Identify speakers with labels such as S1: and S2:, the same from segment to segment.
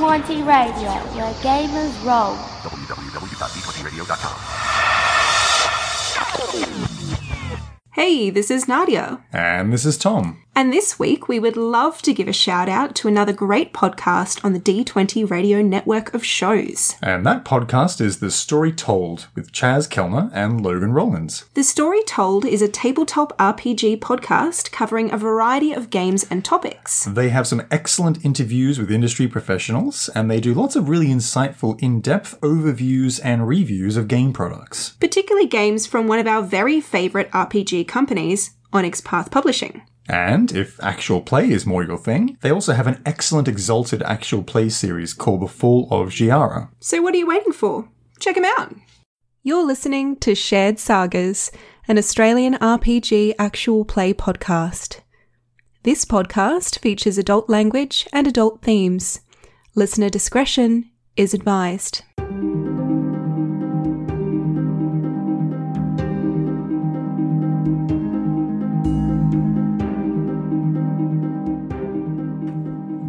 S1: Radio, where gamers roll.
S2: Hey, this is Nadia.
S3: And this is Tom.
S2: And this week, we would love to give a shout out to another great podcast on the D20 Radio network of shows.
S3: And that podcast is The Story Told with Chaz Kellner and Logan Rollins.
S2: The Story Told is a tabletop RPG podcast covering a variety of games and topics.
S3: They have some excellent interviews with industry professionals, and they do lots of really insightful, in depth overviews and reviews of game products.
S2: Particularly games from one of our very favourite RPG companies, Onyx Path Publishing.
S3: And if actual play is more your thing, they also have an excellent exalted actual play series called The Fall of Giara.
S2: So, what are you waiting for? Check them out. You're listening to Shared Sagas, an Australian RPG actual play podcast. This podcast features adult language and adult themes. Listener discretion is advised.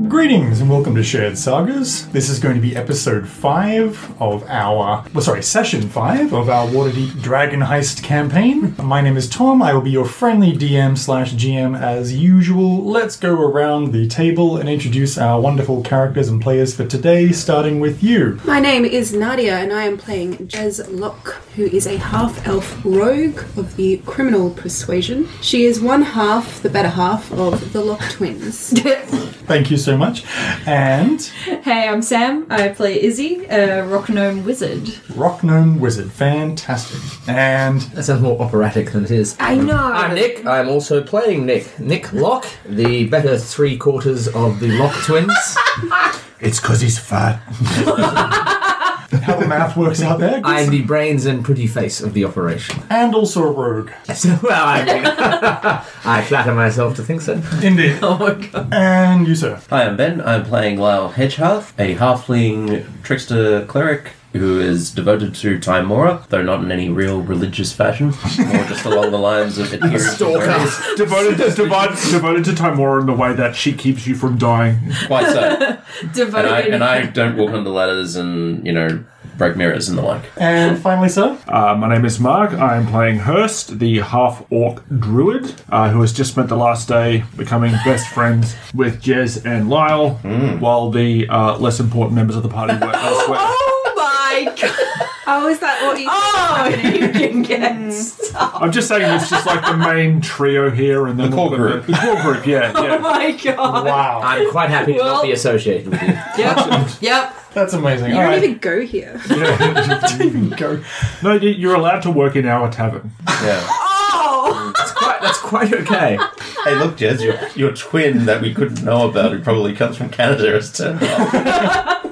S3: Greetings and welcome to Shared Sagas. This is going to be episode 5 of our, well, sorry, session 5 of our Waterdeep Dragon Heist campaign. My name is Tom. I will be your friendly DM slash GM as usual. Let's go around the table and introduce our wonderful characters and players for today, starting with you.
S4: My name is Nadia, and I am playing Jez Locke, who is a half elf rogue of the criminal persuasion. She is one half, the better half, of the Locke twins.
S3: Thank you so much. And
S5: Hey, I'm Sam. I play Izzy, a rock gnome wizard.
S3: Rock Gnome Wizard. Fantastic. And
S6: That sounds more operatic than it is.
S5: I know.
S6: I'm Ah, Nick. I'm also playing Nick. Nick Locke, the better three quarters of the Locke twins.
S3: it's because he's fat. How the math works out there. good
S6: I'm the brains and pretty face of the operation.
S3: and also a rogue.
S6: So, well, I mean, I flatter myself to think so.
S3: Indeed. Oh my god. And you, sir.
S7: Hi, I'm Ben. I'm playing Lyle Hedgehalf, a halfling trickster cleric who is devoted to Timora, though not in any real religious fashion, more just along the lines of adherence to various-
S8: devoted to devoted, devoted to Timora in the way that she keeps you from dying.
S7: Quite so. And I,
S5: Devoted.
S7: and I don't walk under ladders and, you know, break mirrors and the like.
S3: And finally, sir.
S8: Uh, my name is Mark. I am playing Hurst, the half orc druid, uh, who has just spent the last day becoming best friends with Jez and Lyle, while the uh, less important members of the party were elsewhere.
S5: oh my god!
S2: Oh, is that what you.
S5: Oh, you can get.
S8: I'm just saying it's just like the main trio here, and then
S7: The core
S8: we'll-
S7: group.
S8: The, core group, yeah,
S5: Oh
S8: yeah.
S5: my god!
S3: Wow.
S6: I'm quite happy to not be associated with you.
S5: Yep. yep.
S3: That's amazing.
S4: You
S3: All
S4: don't
S3: right.
S4: even go here.
S3: Don't even go.
S8: No, you- you're allowed to work in our tavern.
S7: Yeah.
S5: Oh,
S6: That's quite, that's quite okay.
S7: Hey, look, Jez, your, your twin that we couldn't know about who probably comes from Canada has turned up.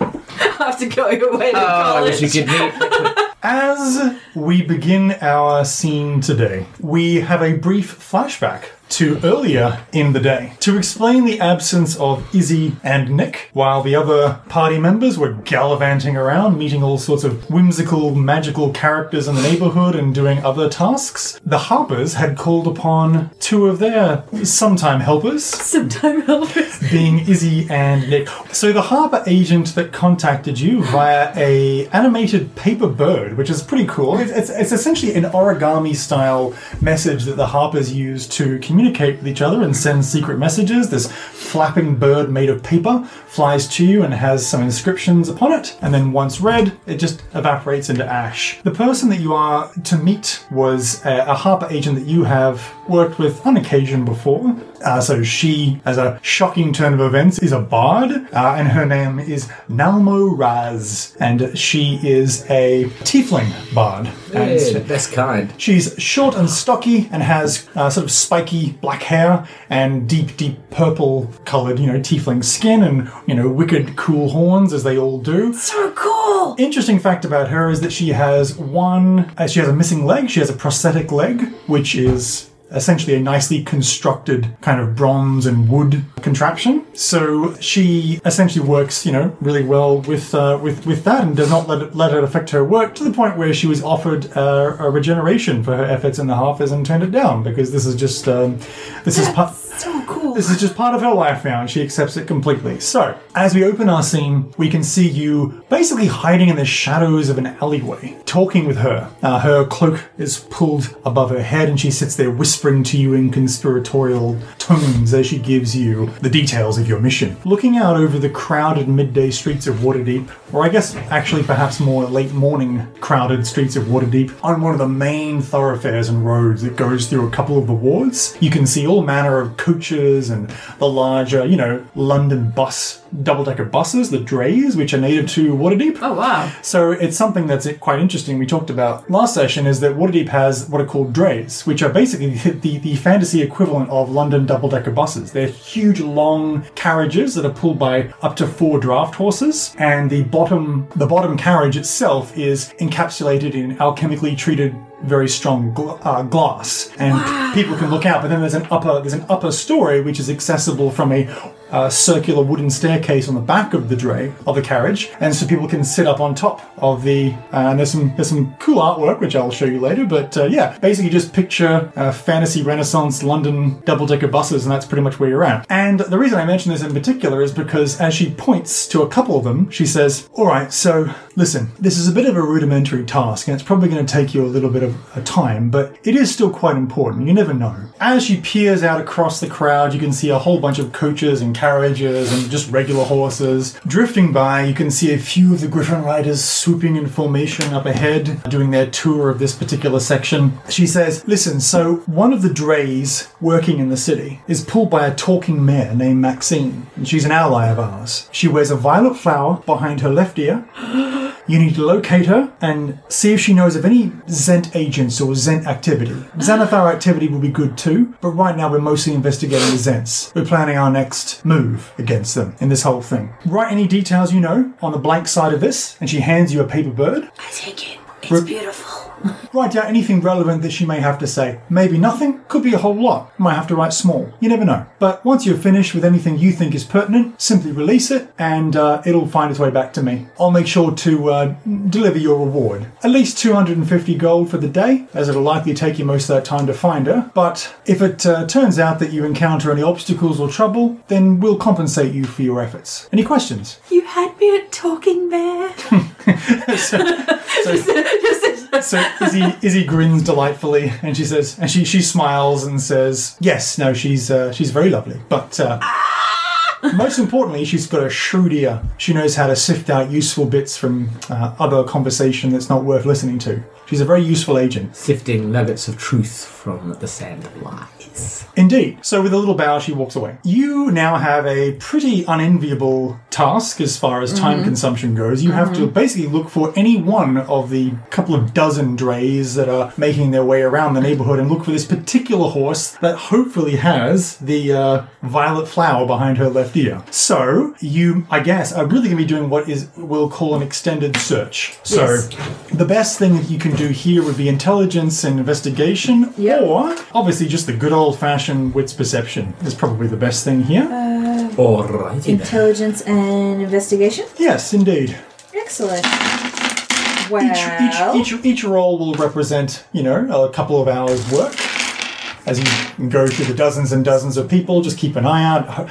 S5: I have to go away
S3: Oh,
S5: to
S6: Oh, I
S5: college.
S6: wish you could meet.
S3: As we begin our scene today, we have a brief flashback to earlier in the day to explain the absence of Izzy and Nick while the other party members were gallivanting around, meeting all sorts of whimsical, magical characters in the neighborhood and doing other tasks. The Harpers had called upon two of their sometime helpers
S5: Sometime helpers.
S3: being Izzy and Nick. So the harbour agent that contacted you via a animated paper bird, which is pretty cool. It's, it's, it's essentially an origami style message that the harpers use to communicate with each other and send secret messages. This flapping bird made of paper flies to you and has some inscriptions upon it, and then once read, it just evaporates into ash. The person that you are to meet was uh, a, a harper agent that you have worked with on occasion before. Uh, so she, as a shocking turn of events, is a bard, uh, and her name is Nalmo Raz, and she is a tiefling bard. And
S6: Hey, that's kind.
S3: She's short and stocky and has uh, sort of spiky black hair and deep, deep purple coloured, you know, tiefling skin and, you know, wicked cool horns as they all do.
S5: So cool.
S3: Interesting fact about her is that she has one, uh, she has a missing leg, she has a prosthetic leg, which is essentially a nicely constructed kind of bronze and wood contraption. So she essentially works, you know, really well with uh, with with that and does not let it, let it affect her work to the point where she was offered uh, a regeneration for her efforts in the half and turned it down because this is just um, this is part
S5: So cool.
S2: no.
S3: This is just part of her life now, and she accepts it completely. So, as we open our scene, we can see you basically hiding in the shadows of an alleyway, talking with her. Uh, her cloak is pulled above her head, and she sits there whispering to you in conspiratorial tones as she gives you the details of your mission. Looking out over the crowded midday streets of Waterdeep, or I guess actually perhaps more late morning crowded streets of Waterdeep, on one of the main thoroughfares and roads that goes through a couple of the wards, you can see all manner of coaches and the larger, you know, London bus, double decker buses, the drays, which are native to Waterdeep.
S5: Oh wow.
S3: So it's something that's quite interesting. We talked about last session is that Waterdeep has what are called drays, which are basically the, the, the fantasy equivalent of London double decker buses. They're huge, long carriages that are pulled by up to four draft horses, and the bottom the bottom carriage itself is encapsulated in alchemically treated very strong gl- uh, glass, and people can look out. But then there's an upper there's an upper story which is accessible from a uh, circular wooden staircase on the back of the dray of the carriage, and so people can sit up on top of the. Uh, and there's some there's some cool artwork which I'll show you later. But uh, yeah, basically just picture uh, fantasy Renaissance London double decker buses, and that's pretty much where you're at. And the reason I mention this in particular is because as she points to a couple of them, she says, "All right, so listen, this is a bit of a rudimentary task, and it's probably going to take you a little bit of a time, but it is still quite important. You never know." As she peers out across the crowd, you can see a whole bunch of coaches and carriages and just regular horses. Drifting by, you can see a few of the Griffin riders swooping in formation up ahead, doing their tour of this particular section. She says, Listen, so one of the drays working in the city is pulled by a talking mare named Maxine, and she's an ally of ours. She wears a violet flower behind her left ear. You need to locate her and see if she knows of any Zent agents or Zent activity. Xanathar activity will be good too, but right now we're mostly investigating the Zents. We're planning our next move against them in this whole thing. Write any details you know on the blank side of this, and she hands you a paper bird.
S1: I take it. It's
S3: Re-
S1: beautiful.
S3: Write down anything relevant that she may have to say. Maybe nothing, could be a whole lot. Might have to write small. You never know. But once you're finished with anything you think is pertinent, simply release it and uh, it'll find its way back to me. I'll make sure to uh, deliver your reward. At least 250 gold for the day, as it'll likely take you most of that time to find her. But if it uh, turns out that you encounter any obstacles or trouble, then we'll compensate you for your efforts. Any questions?
S5: You had me at talking bear.
S3: So Izzy, Izzy grins delightfully, and she says, and she she smiles and says, "Yes, no, she's uh, she's very lovely, but." Uh, Most importantly, she's got a shrewd ear. She knows how to sift out useful bits from uh, other conversation that's not worth listening to. She's a very useful agent.
S6: Sifting nuggets of truth from the sand of lies.
S3: Indeed. So, with a little bow, she walks away. You now have a pretty unenviable task as far as time consumption goes. You have to basically look for any one of the couple of dozen drays that are making their way around the neighborhood and look for this particular horse that hopefully has the uh, violet flower behind her left ear. So, you, I guess, are really going to be doing what is we'll call an extended search. So, the best thing that you can do here would be intelligence and investigation, or obviously just the good old fashioned wits perception is probably the best thing here.
S6: Alrighty then.
S5: Intelligence and investigation.
S3: yes, indeed.
S5: Excellent.
S3: Each, each, each, each role will represent, you know, a couple of hours' work. As you go through the dozens and dozens of people, just keep an eye out.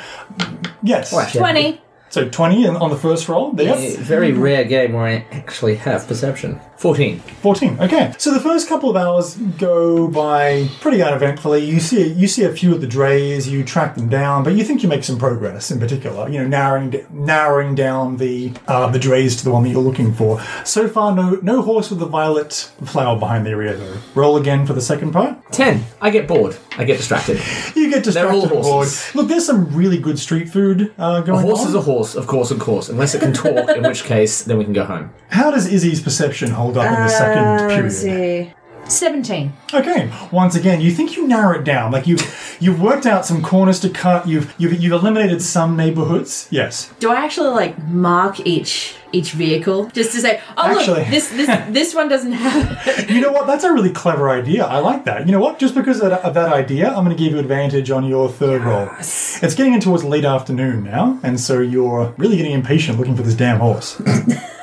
S3: Yes.
S6: Well, actually,
S5: Twenty.
S3: So 20 on on the first roll. There.
S6: a Very rare game where I actually have perception. 14.
S3: 14. Okay. So the first couple of hours go by pretty uneventfully. You see you see a few of the drays, you track them down, but you think you make some progress in particular, you know, narrowing d- narrowing down the uh, the drays to the one that you're looking for. So far no no horse with the violet flower behind their ear though. Roll again for the second part.
S6: 10. I get bored. I get distracted.
S3: You get
S6: They're
S3: distracted
S6: all
S3: and
S6: horses.
S3: bored. Look, there's some really good street food uh,
S6: A
S3: going
S6: horse
S3: on.
S6: is a horse, of course, of course. Unless it can talk, in which case, then we can go home.
S3: How does Izzy's perception hold up in the second period?
S5: Uh, Let's see. Seventeen.
S3: Okay. Once again, you think you narrow it down. Like you've you've worked out some corners to cut. You've you've you've eliminated some neighborhoods. Yes.
S5: Do I actually like mark each each vehicle just to say, oh
S3: Actually-
S5: look, this this this one doesn't have.
S3: You know what? That's a really clever idea. I like that. You know what? Just because of that, of that idea, I'm going to give you advantage on your third roll. It's getting in towards late afternoon now, and so you're really getting impatient looking for this damn horse.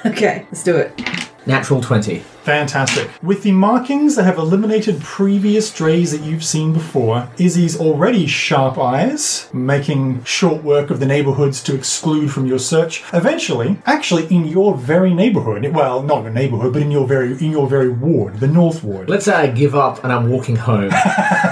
S5: okay, let's do it.
S6: Natural 20.
S3: Fantastic. With the markings that have eliminated previous drays that you've seen before, Izzy's already sharp eyes, making short work of the neighborhoods to exclude from your search, eventually, actually in your very neighborhood, well, not a neighborhood, but in your very in your very ward, the North Ward.
S9: Let's say I give up and I'm walking home.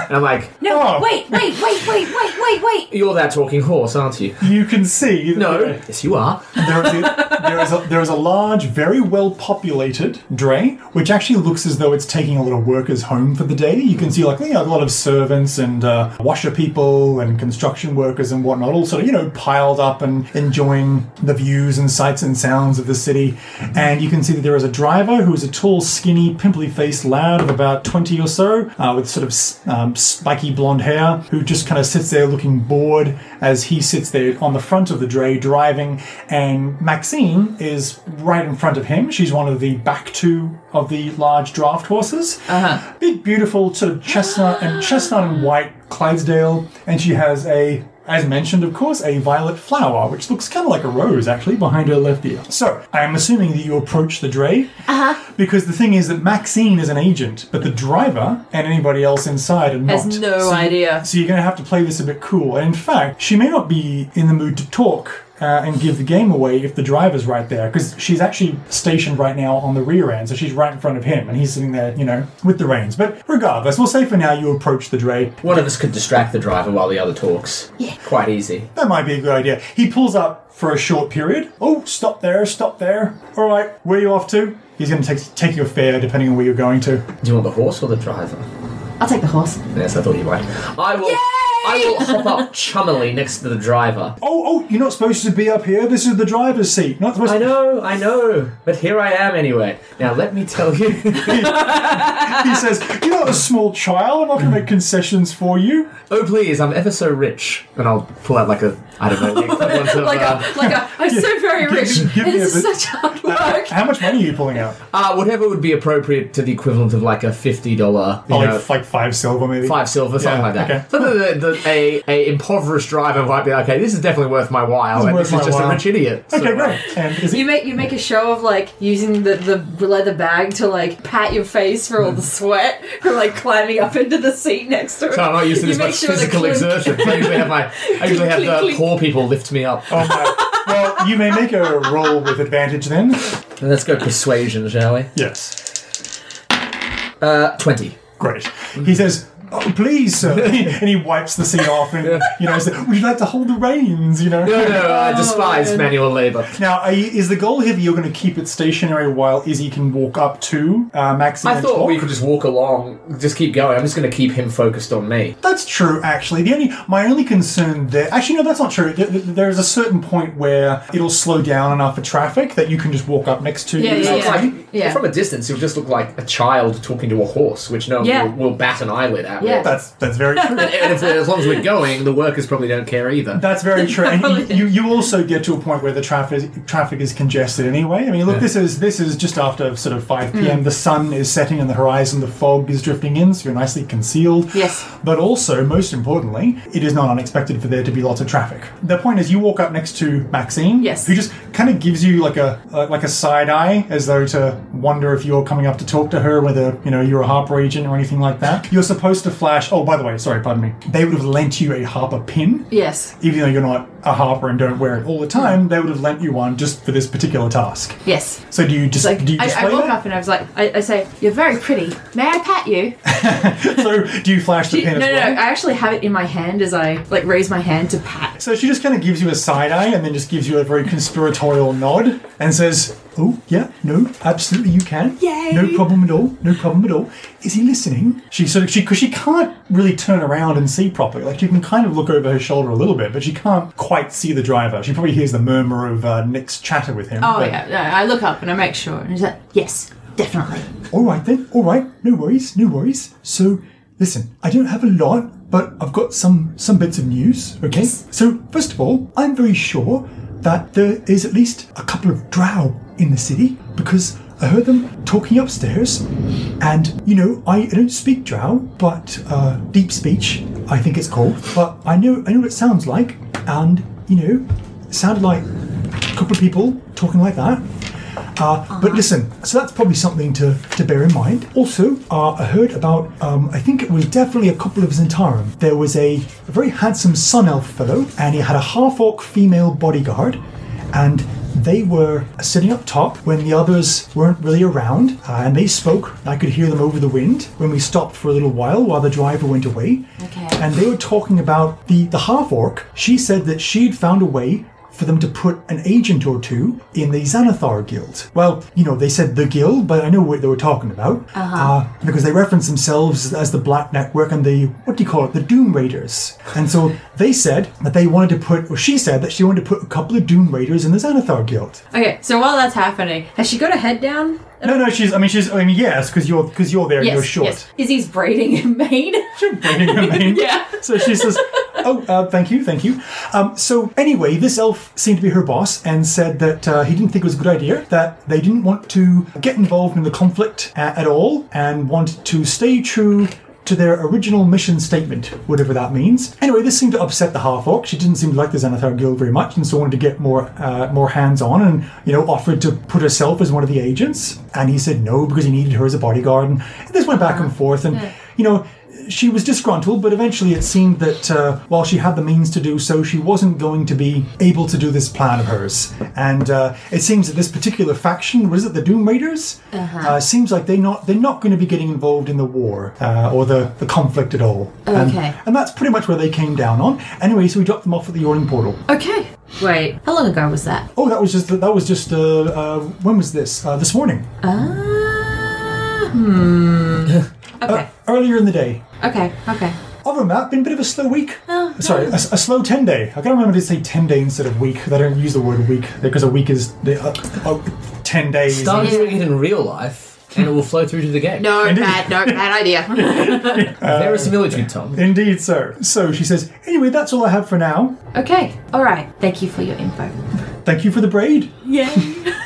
S9: and I'm like,
S5: No,
S3: Oh.
S5: wait, wait, wait, wait, wait, wait, wait.
S9: you're that talking horse, aren't you?
S3: You can see that
S9: No. Yes, you are.
S3: there is, a, there, is a, there is a large, very well populated dray, which actually looks as though it's taking a lot of workers home for the day. You can see, like, you know, a lot of servants and uh, washer people and construction workers and whatnot, all sort of, you know, piled up and enjoying the views and sights and sounds of the city. And you can see that there is a driver who is a tall, skinny, pimply faced lad of about 20 or so, uh, with sort of s- um, spiky blonde hair, who just kind of sits there looking bored as he sits there on the front of the dray driving. And Maxine is right in front of him. She's one of the back two of the large draft horses. Uh-huh. Big, beautiful, sort of chestnut and chestnut and white Clydesdale. And she has a as mentioned, of course, a violet flower, which looks kind of like a rose, actually, behind her left ear. So, I am assuming that you approach the dray. Uh-huh. Because the thing is that Maxine is an agent, but the driver and anybody else inside are not.
S5: Has no
S3: So you-
S5: idea.
S3: So, you're going to have to play this a bit cool. And in fact, she may not be in the mood to talk. Uh, and give the game away if the driver's right there, because she's actually stationed right now on the rear end, so she's right in front of him, and he's sitting there, you know, with the reins. But regardless, we'll say for now you approach the dray.
S9: One of us could distract the driver while the other talks. Yeah. Quite easy.
S3: That might be a good idea. He pulls up for a short period. Oh, stop there, stop there. All right, where are you off to? He's going to take, take your fare depending on where you're going to.
S9: Do you want the horse or the driver?
S5: I'll take the horse.
S9: Yes, I thought you might. I will. I will hop up chummily next to the driver.
S3: Oh, oh, you're not supposed to be up here. This is the driver's seat. Not supposed
S9: I know, I know, but here I am anyway. Now let me tell you.
S3: He says, You're not a small child. I'm not going to make concessions for you.
S9: oh please, I'm ever so rich, and I'll pull out like a I don't know. the equivalent of,
S5: Like
S9: uh,
S5: a, like a, I'm so very
S3: Give-
S5: rich.
S3: give me a
S5: This is
S3: bit-
S5: such hard work.
S3: How much money are you pulling out?
S9: uh, whatever would be appropriate to the equivalent of like a fifty dollar, you
S3: Oh,
S9: know,
S3: like, like five silver, maybe.
S9: five silver, something
S3: Yeah,
S9: like that.
S3: okay.
S9: Something that, that a, a impoverished driver might be like, okay. This is definitely worth my while, and
S3: This is
S9: this
S3: worth
S9: is just
S3: my
S9: a
S3: while."
S9: rich idiot. So,
S3: Okay,
S9: uh,
S3: great. And is
S5: You
S3: it?
S5: make you make a show of like using the, the leather bag to like pat your face for all the sweat from like climbing up into the seat next to it.
S9: Hmm. So I'm not used to
S5: You
S9: this
S5: make
S9: much
S5: sure the
S9: physical
S5: clink-
S9: exertion. I usually have my, I usually have
S5: Clink,
S9: the
S5: clink.
S9: poor people lift me up.
S3: Oh, my. Well, you may make a roll with advantage then.
S9: Let's go persuasion, shall we?
S3: Yes.
S9: Uh, twenty.
S3: Great.
S9: Mm-hmm.
S3: He says, oh, please, sir. and he wipes the seat off and, you know, says, would you like to hold the reins, you know?
S9: No, no, I despise manual labour.
S3: Now, are you, is the goal here that you're going to keep it stationary while Izzy can walk up to uh, Maxine
S9: I
S3: and
S9: thought
S3: talk?
S9: we could just walk along, just keep going. I'm just going to keep him focused on me.
S3: That's true, actually. The only my only concern there, actually, no, that's not true. There, there- there is a certain point where it'll slow down enough for traffic that you can just walk up next to.
S5: Yeah,
S3: the
S5: yeah,
S9: It's
S3: train.
S9: like,
S5: Yeah.
S9: From a distance, he'll just look like a child talking to a horse, which no one
S5: Yeah.
S9: will, will bat an eyelid at.
S5: Yeah.
S3: That's that's very true.
S9: And if, as long as we're going, the workers probably don't care either.
S3: That's very true. And you, you also get to a point where the traffic traffic is congested anyway. I mean, look, this is this is just after sort of five
S5: Mm.
S3: p.m. The sun is setting on the horizon. The fog is drifting in, so you're nicely concealed.
S5: Yes.
S3: But also, most importantly, it is not unexpected for there to be lots of traffic. The point is, you walk up next to Maxine,
S5: Yes.
S3: who just kind of gives you like a like like a side eye, as though to wonder if you're coming up to talk to her, whether you know you're a Harper agent or anything like that. You're supposed to flash. Oh, by the way, sorry, pardon me. They would have lent you a Harper pin
S5: Yes.
S3: even though you're not a harper and don't wear it all the time, they would have lent you one just for this particular task.
S5: Yes.
S3: So do you just
S5: Like
S3: do you
S5: I,
S3: display
S5: I walk
S3: that?
S5: up and I was like, I, I say, "You're very pretty. May I pat you?"
S3: So do you flash the
S5: She-
S3: pin
S5: no,
S3: as
S5: no,
S3: well?
S5: no. I actually have it in my hand as I like raise my hand to pat.
S3: So she just kind of gives you a side eye and then just gives you a very conspiratorial nod and says, "Oh yeah, no, absolutely you can.
S5: Yay.
S3: No problem at all. No problem at all." Is he listening? She sort of she because she can't really turn around and see properly. Like you can kind of look over her shoulder a little bit, but she can't quite see the driver. She probably hears the murmur of uh, Nick's chatter with him.
S5: Oh
S3: but-
S5: yeah. No, I look up and I make sure, and he's like, "Yes, definitely."
S3: All right then. All right. No worries. No worries. So, listen, I don't have a lot, but I've got some some bits of news. Okay. So first of all, I'm very sure that there is at least a couple of drow in the city because I heard them talking upstairs, and you know I, I don't speak drow, but uh, deep speech I think it's called. But I know I know what it sounds like, and you know, it sounded like a couple of people talking like that. Uh, But listen, so that's probably something to, to bear in mind. Also, uh, I heard about, um, I think it was definitely a couple of Zentarum. There was a, a very handsome sun elf fellow, and he had a half orc female bodyguard, and they were sitting up top when the others weren't really around, uh, and they spoke. I could hear them over the wind when we stopped for a little while while the driver went away.
S5: Okay.
S3: And they were talking about the, the half orc. She said that she'd found a way for them to put an agent or two in the Xanathar Guild. Well, you know, they said the guild, but I know what they were talking about. Uh-huh. because they reference themselves as the Black Network and the, what do you call it, the Doom Raiders. And so they said that they wanted to put, or she said that she wanted to put a couple of Doom Raiders in the Xanathar Guild.
S5: Okay, so while that's happening, has she got her head down?
S3: No, no, she's, I mean, she's, I mean, yes, because you're, because you're there and you're short.
S5: Izzy's braiding in Maine.
S3: Bringing her mane.
S5: Yeah.
S3: So she says, "Oh, uh, thank you, thank you." Um, so anyway, this elf seemed to be her boss and said that uh, he didn't think it was a good idea that they didn't want to get involved in the conflict uh, at all and wanted to stay true. To their original mission statement, whatever that means. Anyway, this seemed to upset the half orc. She didn't seem to like the Xanathar Guild very much, and so wanted to get more uh, more hands on, and you know, offered to put herself as one of the agents. And he said no because he needed her as a bodyguard. And this went back and forth, and you know, she was disgruntled, but eventually it seemed that uh, while she had the means to do so, she wasn't going to be able to do this plan of hers. And uh, it seems that this particular faction, what is it, the Doom Raiders, uh seems like they not they're not going to be getting involved in the war uh, or the, the conflict at all. And-
S5: Okay.
S3: and that's pretty much where they came down on. Anyway, so we dropped them off at the yawning portal.
S5: Okay. Wait, how long ago was that?
S3: Oh, that was just that was just uh, uh, when was this? Uh, this morning,
S5: Uh-huh. Ah. hmm. Okay.
S3: earlier in the day.
S5: Okay. Okay.
S3: Other than that, been a bit of a slow week.
S5: Oh,
S3: Sorry, a, a slow 10 day. I can't remember to say 10 day instead of week. I don't use the word week because a week is the, uh, uh, 10 days.
S6: Start doing it in real life, and it will flow through to the game.
S5: No,
S3: Indeed.
S5: bad, no, bad idea.
S6: There is similitude, Tom.
S3: Indeed, sir. So she says, anyway, that's all I have for now.
S5: okay, all right. Thank you for your info.
S3: Thank you for the braid.
S5: Yeah.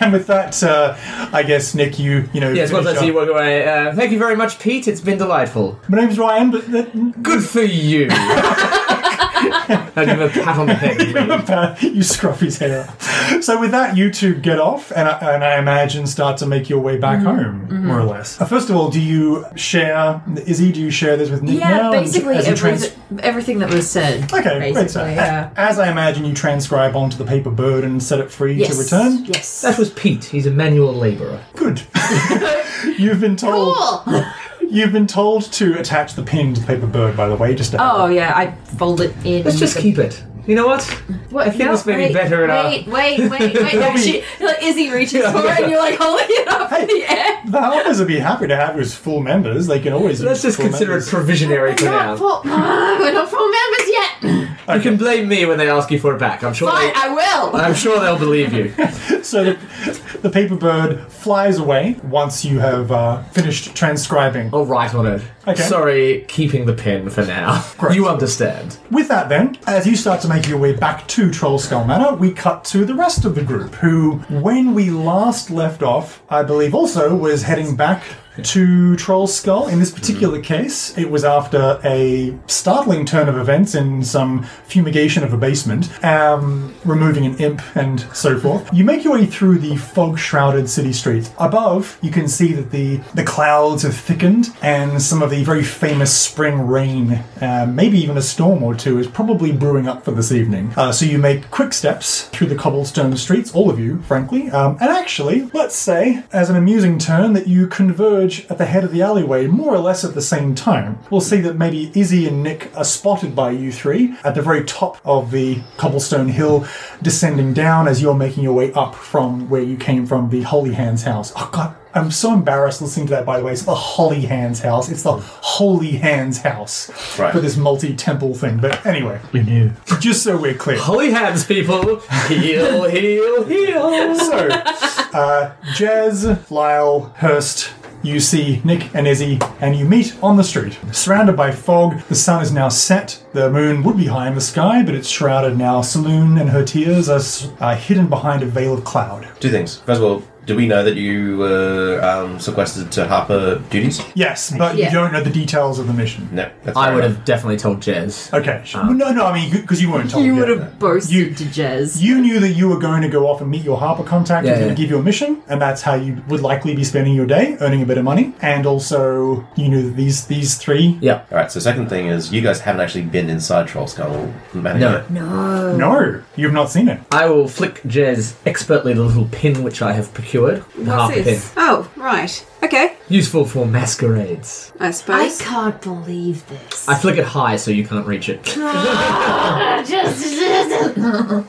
S3: And with that, uh, I guess, Nick, you, you know.
S6: Yes, once I
S3: finish
S6: see you
S3: up.
S6: walk away, uh, thank you very much, Pete. It's been delightful.
S3: My name's Ryan, but uh,
S6: Good for you. I'll give him a pat on the head.
S3: you scruff his hair. So with that, you two get off, and I, and I imagine start to make your way back
S5: Mm-hmm.
S3: home, more or less. Uh, first of all, do you share, Izzy, do you share this with Nick
S5: Yeah.
S3: now? as-
S5: basically,
S3: as you
S5: everyth-
S3: trans-
S5: everything that was said.
S3: Okay, great. So,
S5: Basically, yeah.
S3: a- as I imagine, you transcribe onto the paper bird and set it free
S5: Yes.
S3: to return.
S5: Yes.
S6: That was Pete. He's a manual labourer.
S3: Good. you've been told. You've been told to attach the pin to the paper bird. By the way, just to
S5: Oh yeah, I fold it in.
S6: Let's just keep it. You know what?
S5: What,
S6: I think this may be
S5: wait,
S6: better in our-
S5: Wait, wait, wait, wait. no, she, like, Izzy reaches for it, and you're like holding it up in the air.
S3: the helpers would be happy to have you as full members. They can always.
S6: Let's
S3: use
S6: just
S3: full
S6: consider it
S3: members.
S6: provisionary for
S5: Not
S6: now.
S5: full, Ah, we're not full members yet.
S6: You can blame me when they ask you for it back. I'm sure.
S5: Fine,
S6: They,
S5: I will.
S6: I'm sure they'll believe you.
S3: So the, the paper bird flies away once you have uh, finished transcribing.
S6: I'll write on it.
S3: Okay.
S6: Sorry, keeping the pen for now. You understand.
S3: With that, then, as you start to make your way back to Trollskull Manor, we cut to the rest of the group, who, when we last left off, I believe also was heading back to Trollskull. In this particular case, it was after a startling turn of events in some fumigation of a basement, um, removing an imp and so forth. You make your way through the fog-shrouded city streets. Above, you can see that the the clouds have thickened, and some of the very famous spring rain, uh, maybe even a storm or two, is probably brewing up for this evening. Uh, so you make quick steps through the cobblestone streets, all of you, frankly. Um, and actually, let's say, as an amusing turn, that you converge at the head of the alleyway more or less at the same time. We'll see that maybe Izzy and Nick are spotted by you three at the very top of the cobblestone hill, descending down as you're making your way up from where you came from, the Holy Hands house. Oh, God. I'm so embarrassed listening to that, by the way. It's the Holy Hands house. It's the Holy Hands house
S7: Right.
S3: for this multi temple thing. But anyway,
S8: You knew.
S3: just so we're clear.
S6: Holy hands, people. Heal, heal, heal.
S3: So, uh, Jez, Lyle, Hurst, you see Nick and Izzy, and you meet on the street. Surrounded by fog, the sun is now set. The moon would be high in the sky, but it's shrouded now. Saloon and her tears are, s- are hidden behind a veil of cloud.
S7: Two things. First of all, Do we know that you were um, sequestered to Harper duties?
S3: Yes, but
S5: Yeah.
S3: you don't know the details of the mission.
S7: No. That's
S9: I
S7: fair
S9: would
S7: enough.
S9: have definitely told Jez.
S3: Okay. sh- no, no. I mean, because you weren't told.
S5: You
S3: yet.
S5: would have boasted
S3: You-
S5: to Jez.
S3: You knew that you were going to go off and meet your Harper contact
S9: Yeah,
S3: who's going
S9: yeah.
S3: to give you a mission, and that's how you would likely be spending your day, earning a bit of money. And also, you knew that these these three.
S9: Yeah.
S7: All right. So second thing is, you guys haven't actually been inside Troll Skull. No.
S9: Oh.
S3: No, you've not seen it.
S9: I will flick Jez expertly the little pin which I have procured. The half
S4: What's
S9: a pin.
S4: this? Oh, right. Okay.
S9: Useful for masquerades.
S4: I
S5: I
S4: suppose.
S5: can't believe this.
S9: I flick it high so you can't reach it.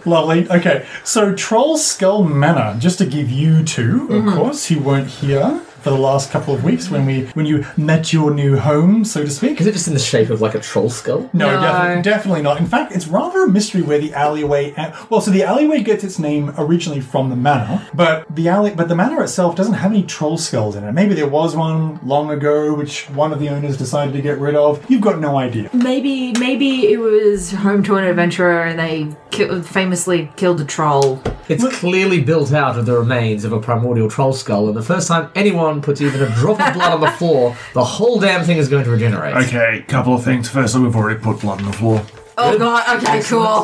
S3: Lovely. Okay, so Troll Skull Manor, just to give you two, of
S9: Mm-hmm.
S3: course, who weren't here for the last couple of weeks when we when you met your new home, so to speak.
S9: Is it just in the shape of like a troll skull?
S3: No,
S5: No.
S3: Definitely, definitely not. In fact, it's rather a mystery where the alleyway. Well, so the alleyway gets its name originally from the manor, but the alley, but the manor itself doesn't have any troll skulls in it. Maybe there was one long ago, which one of the owners decided to get rid of. You've got no idea.
S5: Maybe, maybe it was home to an adventurer, and they ki- famously killed a troll.
S9: It's clearly built out of the remains of a primordial troll skull, and the first time anyone puts even a drop of blood on the floor, the whole damn thing is going to regenerate.
S8: Okay, couple of things. Firstly, we've already put blood on the floor.
S5: Oh god! Okay, cool.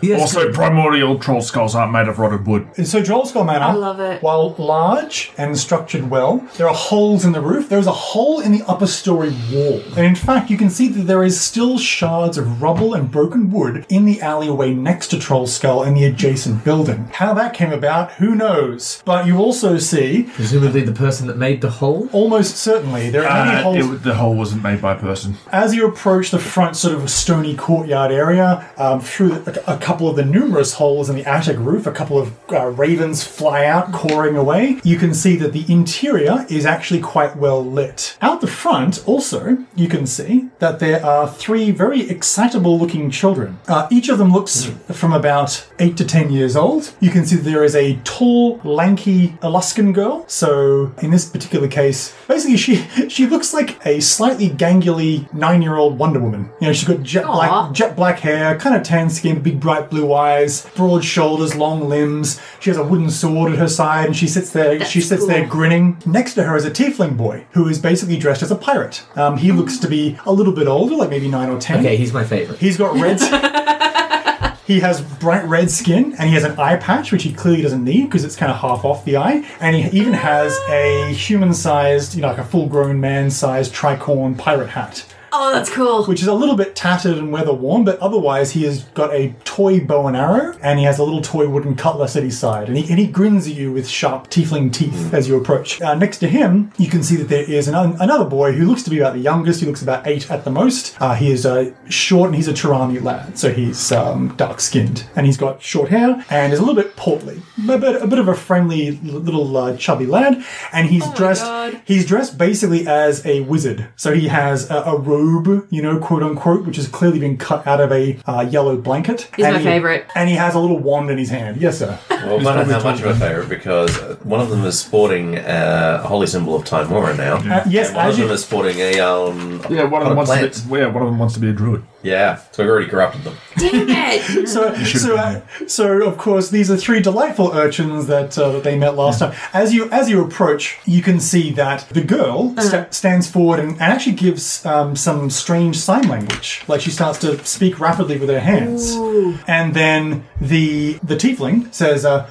S9: Yes,
S8: Also, primordial troll skulls aren't made of rotted wood.
S3: So Troll Skull Manor,
S5: I love it.
S3: while large and structured well, there are holes in the roof. There is a hole in the upper story wall, and in fact, you can see that there is still shards of rubble and broken wood in the alleyway next to Troll Skull in the adjacent building. How that came about, who knows? But you also see,
S9: presumably the person that made the hole.
S3: almost certainly, there are many
S8: Uh,
S3: holes.
S8: it- the hole wasn't made by a person.
S3: As you approach the front sort of stony courtyard area, um, through a, a couple of the numerous holes in the attic roof, a couple of uh, ravens fly out, cawing away. You can see that the interior is actually quite well lit. Out the front, also, you can see that there are three very excitable looking children. Uh, each of them looks from about 8 to 10 years old. You can see that there is a tall, lanky Alaskan girl. So, in this particular case, basically, she she looks like a slightly gangly nine-year-old Wonder Woman. You know, she's got jet black, jet black hair, kind of tan skin, big bright blue eyes, broad shoulders, long limbs. She has a wooden sword at her side, and she sits there. she sits there grinning. Next to her is a tiefling boy who is basically dressed as a pirate. Um, he looks to be a little bit older, like maybe nine or ten.
S9: Okay, he's my favorite.
S3: He's got red. he has bright red skin, and he has an eye patch, which he clearly doesn't need because it's kind of half off the eye. And he even has a human-sized, you know, like a full-grown man-sized tricorn pirate hat.
S5: Oh, that's cool.
S3: Which is a little bit tattered and weather-worn, but otherwise he has got a toy bow and arrow, and he has a little toy wooden cutlass at his side, and he, and he grins at you with sharp tiefling teeth as you approach. Uh, next to him, you can see that there is an, another boy who looks to be about the youngest. He looks about eight at the most. Uh, he is uh, short, and he's a Tirani lad, so he's um, dark-skinned, and he's got short hair, and is a little bit portly, but but a bit of a friendly little uh, chubby lad, and he's dressed. He's dressed basically as a wizard. So he has a, a robe, you know, quote unquote, which has clearly been cut out of a uh, yellow blanket. He's
S5: my favourite.
S3: And he has a little wand in his hand. Yes, sir.
S7: Well, I don't know how much of a favourite because uh, one of them is sporting uh, a holy symbol of Timora now.
S3: Uh, yes,
S7: and one
S3: as
S7: of
S3: you-
S7: them is sporting a um.
S8: Yeah, one of
S7: pot
S8: them wants
S7: plants.
S8: to be. Yeah, one of them wants to be a druid.
S7: Yeah, so we've already corrupted them.
S3: so, so, uh, so of course, these are three delightful urchins that uh, that they met last time. As you as you approach, you can see that the girl sta- stands forward and, and actually gives um, some strange sign language. Like she starts to speak rapidly with her hands, and then the the tiefling says. Uh,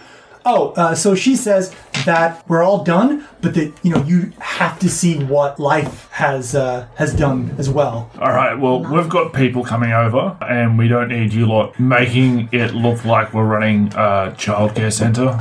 S3: Oh, uh, so she says that we're all done, but that you know you have to see what life has uh, has done as well.
S8: All right. Well, we've got people coming over, and we don't need you lot making it look like we're running a childcare centre.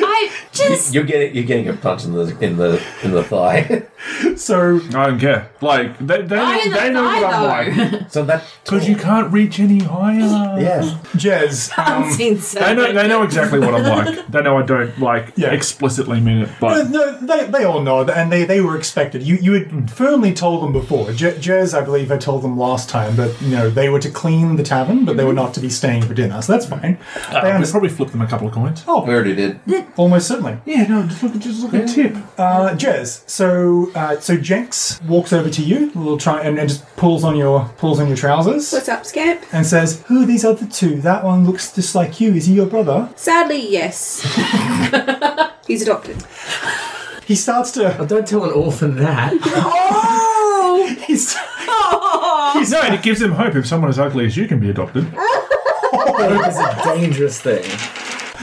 S5: I just
S7: You're getting you're getting a punch in the in the in the thigh.
S3: So
S8: I don't care. Like they, they,
S5: Eye
S8: know,
S5: in the
S8: they know what
S5: thigh,
S8: I'm like.
S7: so that
S8: Because you can't reach any higher.
S7: Yeah.
S3: Jez, um,
S8: They know, they know exactly what I'm like. They know I don't like
S3: Yeah.
S8: explicitly mean it,
S3: No,
S8: but
S3: no, they, they all know, that, and they, they were expected. You you had firmly told them before. Je- Jez, I believe, had told them last time that you know they were to clean the tavern, but they were not to be staying for dinner. So that's fine. They
S8: we
S3: understand.
S8: probably flip them a couple of coins.
S7: We already did.
S3: Oh, Almost certainly. something.
S8: Oh, Yeah, no, just look, just look at tip.
S3: Uh, Jez, so uh, so Jenks walks over to you, a little try, and, and just pulls on your pulls on your trousers,
S4: What's up, Scamp?
S3: and says, "Who are these other two? That one looks just like you. Is he your brother?"
S4: Sadly, yes. He's adopted.
S3: He starts to.
S9: Oh, don't tell an orphan that.
S3: He's,
S8: No, and it gives him hope if someone as ugly as you can be adopted.
S5: Ah.
S9: Hope is a dangerous thing.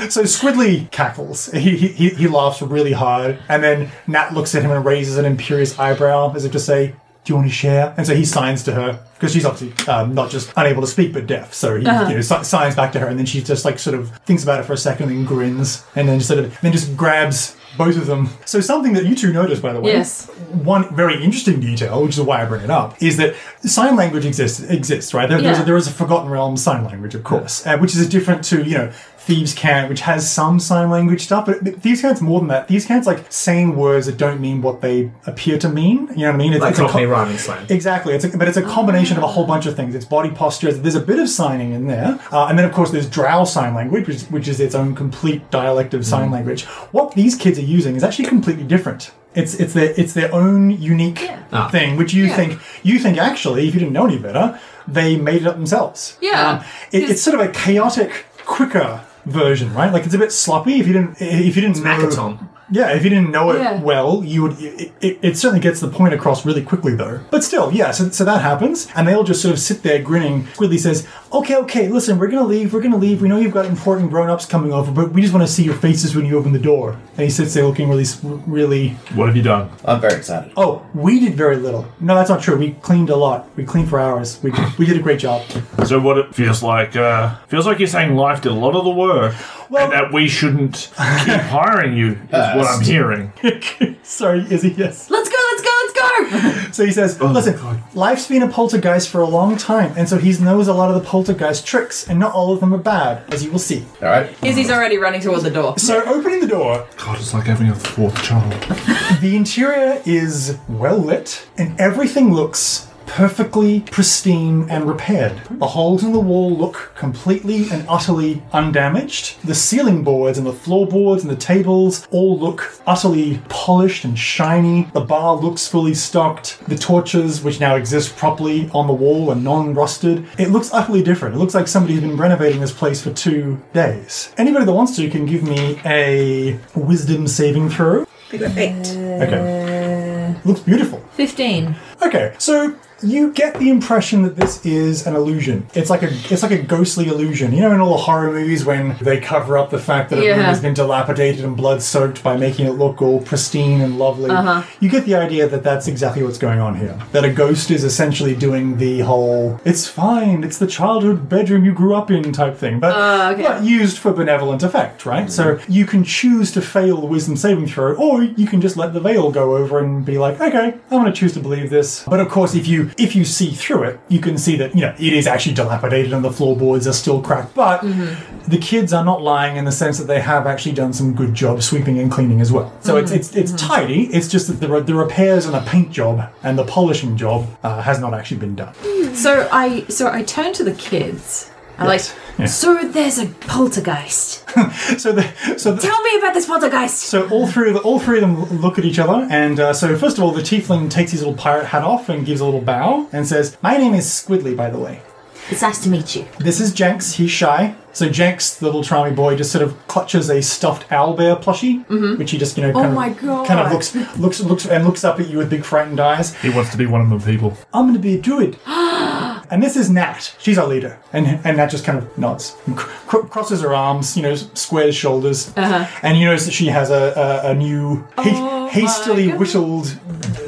S3: so Squidly cackles. He, he- he he laughs really hard, and then Nat looks at him and raises an imperious eyebrow, as if to say, "Do you want to share?" And so he signs to her because she's obviously um, not just unable to speak but deaf. So he you know, si- signs back to her, and then she just like sort of thinks about it for a second, and then grins, and then just sort of then just grabs. Both of them. So something that you two noticed, by the way,
S5: Yes.
S3: one very interesting detail, which is why I bring it up, is that sign language exists, exists right? There, there's a,
S5: Yeah.
S3: there is a Forgotten Realms sign language, of course, uh, which is different to, you know, Thieves' Cant, which has some sign language stuff, but Thieves' Cant's more than that. Thieves' Cant's like saying words that don't mean what they appear to mean. You know what I mean? It's,
S9: Like
S3: it's a
S9: Cockney
S3: co-
S9: rhyming slang.
S3: Exactly, it's a, but it's a combination of a whole bunch of things. It's body posture. There's a bit of signing in there, uh, and then of course there's Drow sign language, which, which is its own complete dialect of sign language. What these kids are using is actually completely different. It's it's their it's their own unique
S9: Ah.
S3: thing, which you think you think actually, if you didn't know any better, they made it up themselves. Um,
S5: Yeah.
S3: it, it's sort of a chaotic, quicker version, right? Like it's a bit sloppy. If you didn't if you didn't know-
S9: Hackathon.
S3: yeah, if you didn't know it
S5: Yeah.
S3: well, you would. It, it, it certainly gets the point across really quickly, though. But still, yeah. So, so that happens, and they'll just sort of sit there grinning. Squidly says, "Okay, okay, listen, we're gonna leave. We're gonna leave. We know you've got important grown-ups coming over, but we just want to see your faces when you open the door." And he sits there looking really, s- really.
S8: What have you done?
S7: I'm very excited.
S3: Oh, we did very little. No, that's not true. We cleaned a lot. We cleaned for hours. We we did a great job.
S8: So what it feels like? Uh, feels like you're saying life did a lot of the work,
S3: Well-
S8: and that we shouldn't keep hiring you. Is what I'm hearing.
S3: Sorry, Izzy. Yes.
S5: Let's go, let's go, let's go!
S3: So he says, "Listen,
S8: God.
S3: life's been a poltergeist for a long time, and so he knows a lot of the poltergeist tricks, and not all of them are bad, as you will see."
S7: All right.
S5: Izzy's already running toward the door.
S3: So opening the door,
S8: God, it's like having a fourth child.
S3: the interior is well lit, and everything looks perfectly pristine and repaired. The holes in the wall look completely and utterly undamaged. The ceiling boards and the floorboards and the tables all look utterly polished and shiny. The bar looks fully stocked. The torches, which now exist properly on the wall and non-rusted, it looks utterly different. It looks like somebody's been renovating this place for two days. Anybody that wants to can give me a wisdom saving throw.
S4: I got eight.
S3: Okay. Looks beautiful.
S5: 15.
S3: Okay, so you get the impression that this is an illusion. It's like a it's like a ghostly illusion. You know, in all the horror movies when they cover up the fact that a room
S5: Yeah.
S3: has been dilapidated and blood soaked by making it look all pristine and lovely. You get the idea that that's exactly what's going on here. That a ghost is essentially doing the whole "it's fine, it's the childhood bedroom you grew up in" type thing, but
S5: okay.
S3: but used for benevolent effect, right? So you can choose to fail the wisdom saving throw, or you can just let the veil go over and be like, okay, I'm going to choose to believe this. But of course, if you if you see through it, you can see that you know it is actually dilapidated and the floorboards are still cracked. But the kids are not lying in the sense that they have actually done some good job sweeping and cleaning as well. So
S5: Mm-hmm.
S3: it's it's it's tidy. It's just that the re- the repairs and the paint job and the polishing job uh, has not actually been done.
S5: So I so I turn to the kids. I'm
S3: Yes.
S5: like,
S3: Yeah.
S5: so there's a poltergeist.
S3: So the so the,
S5: Tell me about this poltergeist.
S3: So all three of the, all three of them look at each other, and uh, so first of all, the tiefling takes his little pirate hat off and gives a little bow and says, "My name is Squidly, by the way.
S5: It's nice to meet you.
S3: This is Jenks. He's shy." So Jenks, the little charmy boy, just sort of clutches a stuffed owlbear plushie, which he just you know kind,
S5: Mm-hmm. Oh my
S3: of,
S5: God.
S3: kind of looks looks looks and looks up at you with big frightened eyes.
S8: He wants to be one of the people.
S3: I'm going to be a druid. and this is Nat. She's our leader. And and Nat just kind of nods, and cr- cr- crosses her arms, you know, squares shoulders, and you notice that she has a a, a new ha- hastily whittled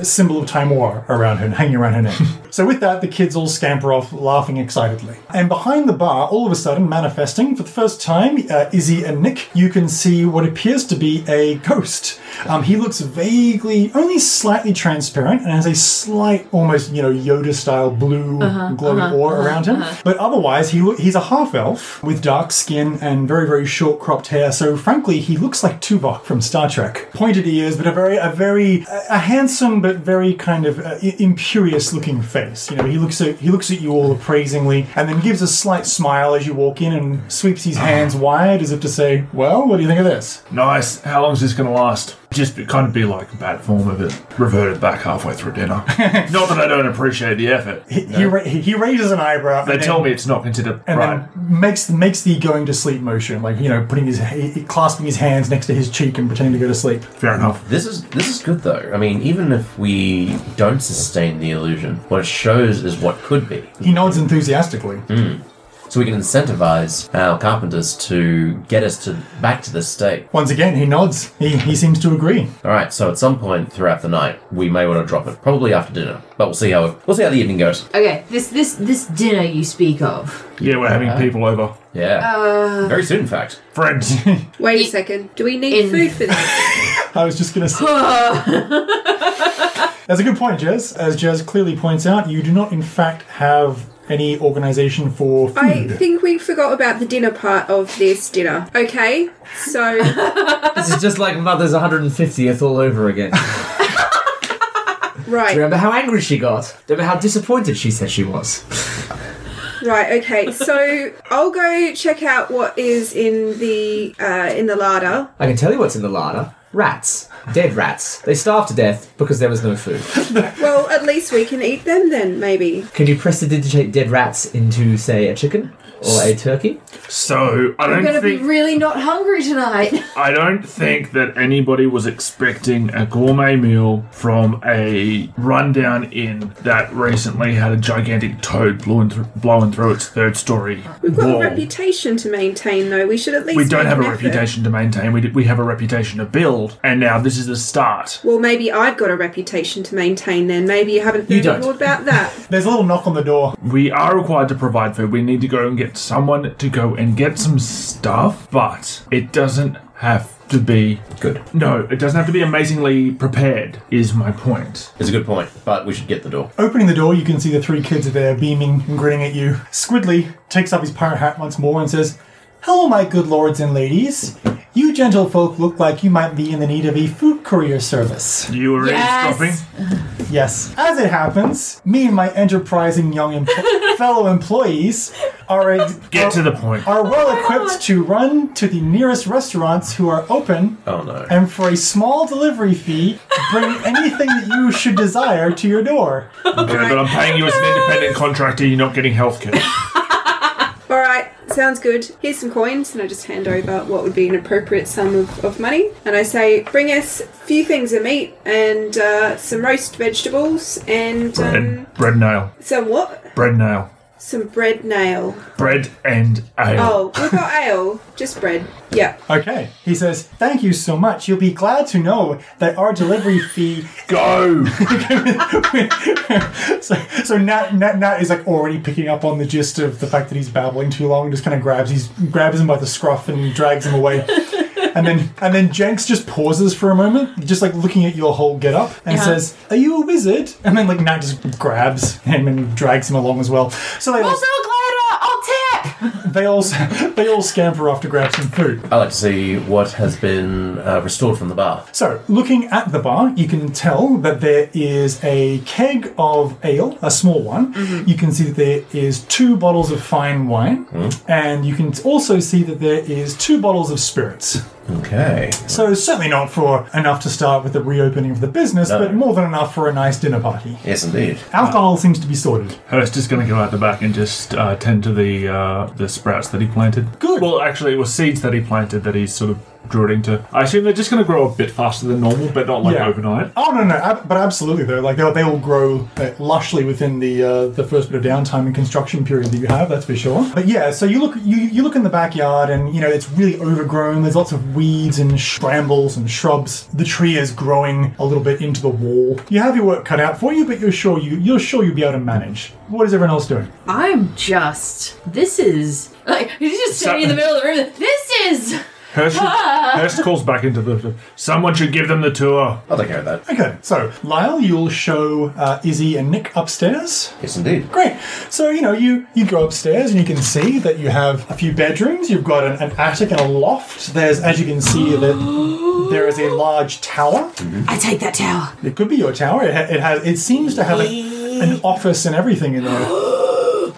S3: symbol of Timor around her, hanging around her neck. so with that, the kids all scamper off, laughing excitedly. And behind the bar, all of a sudden, manifesting for the first time, uh, Izzy and Nick, you can see what appears to be a ghost. Um, he looks vaguely, only slightly transparent, and has a slight, almost you know Yoda-style blue glowing aura around him. But otherwise, he look, he's a half elf with dark skin and very very short cropped hair. So frankly, he looks like Tuvok from Star Trek. Pointed ears, but a very a very a handsome but very kind of uh, i- imperious looking face. You know, he looks at he looks at you all appraisingly, and then gives a slight smile as you walk in, and sweeps his hands
S8: Ah.
S3: wide as if to say, "Well, what do you think of this?"
S8: Nice. How long is this going to last? Just it kind of be like bad form of it. Reverted back halfway through dinner. not that I don't appreciate the effort.
S3: He, he, ra- he raises an eyebrow.
S8: They
S3: and
S8: tell
S3: then-
S8: me it's not considered
S3: and
S8: right.
S3: then makes makes the going to sleep motion, like you know, putting his he- clasping his hands next to his cheek and pretending to go to sleep.
S8: Fair enough.
S7: This is this is good though. I mean, even if we don't sustain the illusion, what it shows is what could be.
S3: He nods enthusiastically.
S7: So we can incentivize our carpenters to get us to back to this state.
S3: Once again, he nods. He he seems to agree.
S7: All right. So at some point throughout the night, we may want to drop it, probably after dinner. But we'll see how we'll see how the evening goes.
S5: Okay, this this this dinner you speak of.
S8: Yeah, we're
S3: Uh-huh.
S8: having people over.
S7: Yeah. Very soon, in fact.
S8: Friends.
S4: Wait a second. Do we need
S5: In-
S4: food for this?
S3: I was just gonna say. That's a good point, Jez. As Jez clearly points out, you do not in fact have any organization for food.
S4: I think we forgot about the dinner part of this dinner. Okay, so
S9: This is just like Mother's 150th all over again.
S4: right,
S9: Remember how angry she got? Remember how disappointed she said she was?
S4: right, okay. So I'll go check out what is in the uh, in the larder.
S9: I can tell you what's in the larder. Rats. Dead rats. They starved to death because there was no food.
S4: Well, at least we can eat them then, maybe.
S9: Can you prestidigitate dead rats into, say, a chicken or a turkey?
S8: So I
S5: I'm
S8: don't
S5: gonna be
S8: think
S5: really not hungry tonight.
S8: I don't think that anybody was expecting a gourmet meal from a rundown inn that recently had a gigantic toad blowing, thr blowing through its third story
S4: We've got
S8: wall.
S4: a reputation to maintain, though. We should at least.
S8: we don't
S4: make
S8: have a
S4: an effort.
S8: reputation to maintain. We, d- we have a reputation to build, and now this is the start.
S4: Well, maybe I've got a reputation to maintain then. Maybe you haven't
S9: You
S4: thought at
S9: don't.
S4: all about that.
S3: There's a little knock on the door.
S8: We are required to provide food. We need to go and get someone to go and get some stuff, but it doesn't have to be
S7: Good.
S8: no, it doesn't have to be amazingly prepared. Is my point.
S7: It's a good point, but we should get the door.
S3: Opening the door, you can see the three kids are there, beaming and grinning at you. Squidly takes off his pirate hat once more and says, "Hello, my good lords and ladies. You gentlefolk look like you might be in the need of a food courier service."
S8: You were
S5: Yes.
S8: eavesdropping.
S3: Yes. As it happens, me and my enterprising young em- fellow employees are, ex-
S4: Oh,
S8: Get to the point.
S3: are well equipped to run to the nearest restaurants who are open
S7: Oh no.
S3: and for a small delivery fee, bring anything that you should desire to your door.
S8: Okay, but I'm paying you as an independent contractor. You're not getting healthcare.
S4: All right, sounds good. Here's some coins, and I just hand over what would be an appropriate sum of, of money. And I say, bring us a few things of meat and uh, some roast vegetables and um,
S8: bread, bread nail,
S4: some what?
S8: bread nail,
S4: Some bread nail.
S8: bread and ale.
S4: Oh, we've got ale, just bread. Yeah.
S3: Okay. He says, Thank you so much. You'll be glad to know that our delivery fee.
S8: Go.
S3: So, so Nat, Nat, Nat is like already picking up on the gist of the fact that he's babbling too long and just kind of grabs he's grabs him by the scruff and drags him away. And then and then Jenks just pauses for a moment, just like looking at your whole get up and says, Are you a wizard? And then like Nat just grabs him and drags him along as well. So they all,
S5: I'll tip.
S3: they all they all scamper off to grab some food.
S7: I like to see what has been uh, restored from the bar.
S3: So, looking at the bar, you can tell that there is a keg of ale, a small one. You can see that there is two bottles of fine wine, and you can also see that there is two bottles of spirits.
S7: Okay.
S3: So, certainly not for enough to start with the reopening of the business,
S7: No.
S3: but more than enough for a nice dinner party.
S7: Yes, indeed.
S3: Alcohol seems to be sorted.
S8: Hurst is going to go out the back and just uh, tend to the uh, the sprouts that he planted.
S3: Good.
S8: Well, actually, it was seeds that he planted that he's sort of druiding to. I assume they're just going to grow a bit faster than normal, but not like
S3: Yeah.
S8: overnight.
S3: Oh no, no, ab- but absolutely though. Like they, they all grow uh, lushly within the uh, the first bit of downtime and construction period that you have. That's for sure. But yeah, so you look you you look in the backyard and you know it's really overgrown. There's lots of weeds and brambles and shrubs. The tree is growing a little bit into the wall. You have your work cut out for you, but you're sure you you're sure you'll be able to manage. What is everyone else doing?
S5: I'm just. This is like he's just sitting in the middle of the room. This is
S8: Hurst, Hurst calls back into the. Someone should give them the tour.
S7: I'll take care of that.
S3: Okay, so Lyle, you'll show uh, Izzy and Nick upstairs.
S7: Yes, indeed.
S3: Great. So you know you you go upstairs and you can see that you have a few bedrooms. You've got an, an attic and a loft. There's as you can see that there is a large tower.
S10: I take that tower.
S3: It could be your tower. It, ha- it has. It seems to have a, an office and everything in there.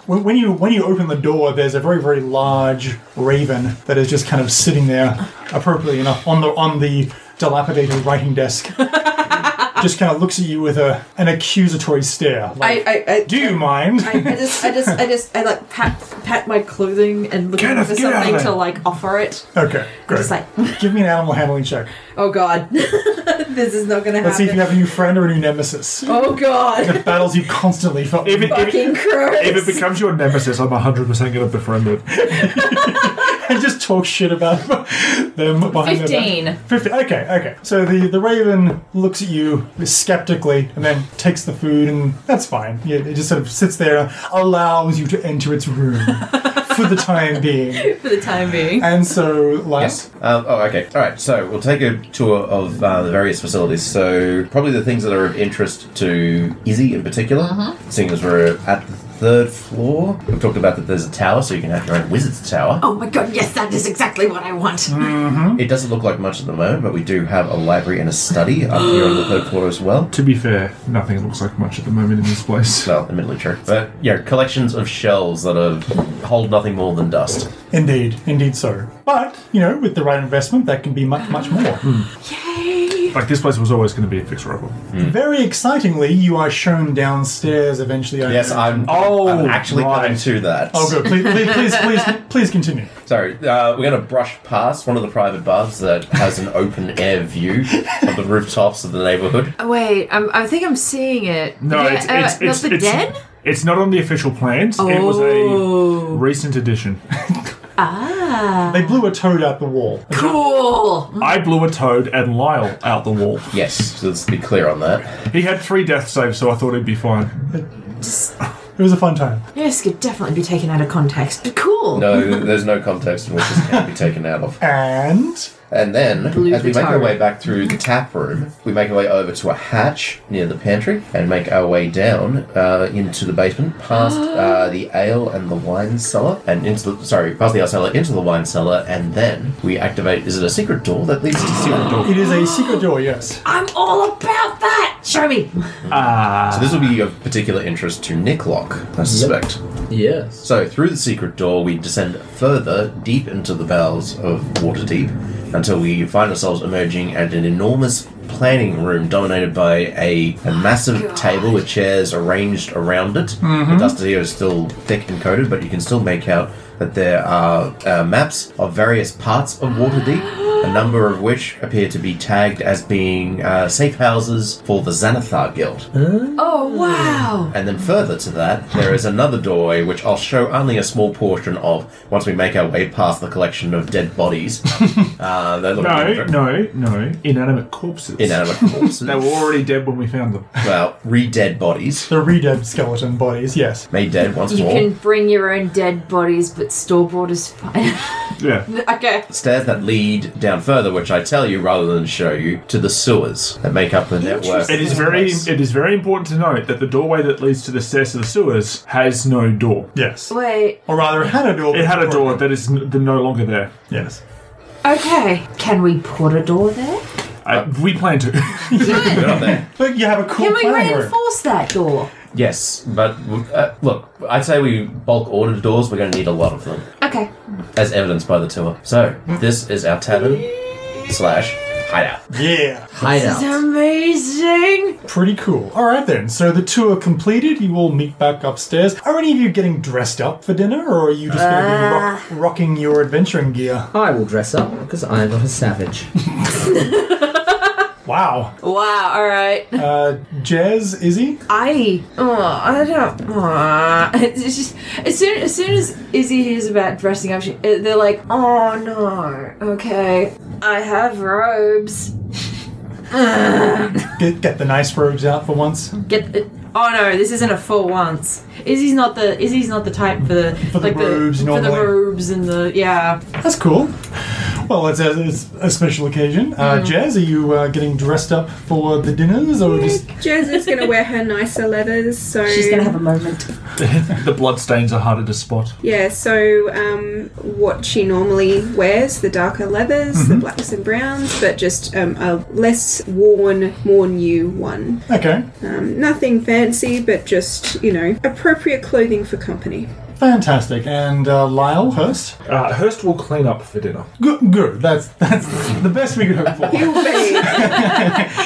S3: When when you when you open the door, there's a very very large raven that is just kind of sitting there, appropriately enough, on the on the dilapidated writing desk. just kind of looks at you with a an accusatory stare. Like,
S5: I, I, I,
S3: do you mind?
S5: I, I just, I just, I just, I like pat, pat my clothing and looking
S3: Kenneth,
S5: for
S3: get out of
S5: something
S3: there.
S5: to like offer it.
S3: okay, great.
S5: Just like,
S3: Give me an animal handling check.
S5: oh god, this is not gonna
S3: Let's see if
S5: happen.
S3: you have a new friend or a new nemesis.
S5: oh god,
S3: It battles you constantly for
S8: If it, if,
S5: fucking
S8: it, if it
S5: Christ.
S8: becomes your nemesis, I'm 100% going to befriend it.
S3: and just talk shit about them behind their
S5: Fifteen.
S3: back. Fifteen. Okay, okay. So the, the raven looks at you skeptically and then takes the food, and that's fine. Yeah, It just sort of sits there, allows you to enter its room for the time being.
S5: for the time being.
S3: And so, like,
S7: Yes. Um, oh, okay. All right. So we'll take a tour of uh, the various facilities. So probably the things that are of interest to Izzy in particular, seeing as we're at the third floor. We've talked about that there's a tower, so you can have your own wizard's tower.
S10: Oh my god, yes, that is exactly what I want.
S3: Mm.
S7: It doesn't look like much at the moment, but we do have a library and a study up here on the third floor as well.
S8: To be fair, nothing looks like much at the moment in this place.
S7: Well, admittedly true. But yeah, collections of shells that are, hold nothing more than dust.
S3: indeed, indeed so. But, you know, with the right investment, that can be much, much more.
S8: Like, this place was always going to be a fixer-upper.
S7: Mm.
S3: Very excitingly, you are shown downstairs eventually. I
S7: Yes,
S3: know.
S7: I'm,
S8: Oh,
S7: I'm actually
S8: right.
S7: coming to that.
S3: Oh, good. Please, please, please, please, please continue.
S7: Sorry, uh, we're going to brush past one of the private pubs that has an open air view of the rooftops of the neighbourhood.
S5: Oh, Wait, I'm, I think I'm seeing it. uh,
S8: No, it's,
S7: uh,
S8: it's, it's, it's, it's, not on the official plans. It was
S7: Oh.
S8: a recent addition.
S5: Ah,
S3: They blew a toad out the wall.
S7: Mm.
S10: Cool.
S8: I blew a toad and Lyle out the wall.
S7: Yes, so let's be clear on that.
S8: He had three death saves, so I thought he'd be fine.
S3: It was a fun time.
S10: Yes, could definitely be taken out of context, but cool.
S7: No, there's no context in which this can be taken out of.
S3: And
S7: And then, as we make our
S5: retired.
S7: way back through the tap room, we make our way over to a hatch near the pantry and make our way down uh, into the basement, past uh, the ale and the wine cellar, and into the sorry, past the ale cellar into the wine cellar, and then we activate. Is it a secret door that leads to the secret door?
S3: it is a secret door, yes.
S10: I'm all about that. Show me.
S7: So this will be of particular interest to Nick Lock, I suspect.
S9: Yes.
S7: So through the secret door, we descend further deep into the bowels of Waterdeep until we find ourselves emerging at an enormous planning room dominated by a, a massive table with chairs arranged around it. The dust here is still thick and coated, but you can still make out that there are uh, maps of various parts of Waterdeep, a number of which appear to be tagged as being uh, safe houses for the Xanathar Guild.
S5: Oh wow!
S7: And then further to that, there is another doorway which I'll show only a small portion of once we make our way past the collection of dead bodies. uh, they look
S8: No,
S7: different.
S8: no, no. Inanimate corpses.
S7: Inanimate corpses.
S8: They were already dead when we found them.
S7: well, re-dead bodies.
S3: The redead skeleton bodies, yes.
S7: Made dead once
S5: You
S7: more.
S5: can bring your own dead bodies, but store bought is fine.
S8: Yeah.
S5: okay.
S7: Stairs that lead down further, which I tell you rather than show you, to the sewers that make up the network.
S8: It is very it is very important to note that the doorway that leads to the stairs to the sewers has no door.
S3: Yes.
S5: Wait.
S3: Or rather, it had a door.
S8: It had a door that is n- no longer there.
S3: Yes.
S5: Okay.
S10: Can we put a door there?
S8: I, we plan to.
S7: They're not there.
S3: But you have a cool
S10: Can we
S3: planning room.
S10: reinforce that door?
S7: Yes, but uh, look, I'd say we bulk order doors. We're going to need a lot of them.
S10: Okay.
S7: as evidenced by the tour. So, this is our tavern slash hideout.
S3: Yeah.
S9: Hideout.
S10: Amazing.
S3: Pretty cool. All right then. So the tour completed. You all meet back upstairs. Are any of you getting dressed up for dinner, or are you just going to
S10: Uh.
S3: be rock- rocking your adventuring gear?
S9: I will dress up because I am not a savage.
S3: Wow.
S5: Wow. All right.
S3: Uh, Jez, Izzy.
S5: I oh I don't. Oh, it's just as soon as soon as Izzy hears about dressing up, she, uh, they're like, oh no, okay, I have robes.
S3: Get, get the nice robes out for once.
S5: Get the, oh no, this isn't a full once. Izzy's not the Izzy's not the type for the
S3: For the
S5: like
S3: robes
S5: the, for
S3: normally.
S5: the robes and the yeah.
S3: That's cool. Well, it's a, it's a special occasion. Uh, Jazz, are you uh, getting dressed up for the dinners or just
S4: Jazz is going to wear her nicer leathers, so
S10: She's going to have a moment.
S8: the bloodstains are harder to spot.
S4: Yeah, so um, what she normally wears the darker leathers, the blacks and browns, but just um, a less worn, more new one.
S3: okay?
S4: Um, nothing fancy, but just, you know, appropriate clothing for company.
S3: Fantastic. And uh, Lyle Hurst.
S8: Uh, Hurst will clean up for dinner.
S3: Good, good. That's that's the best we could hope for.
S4: You'll be.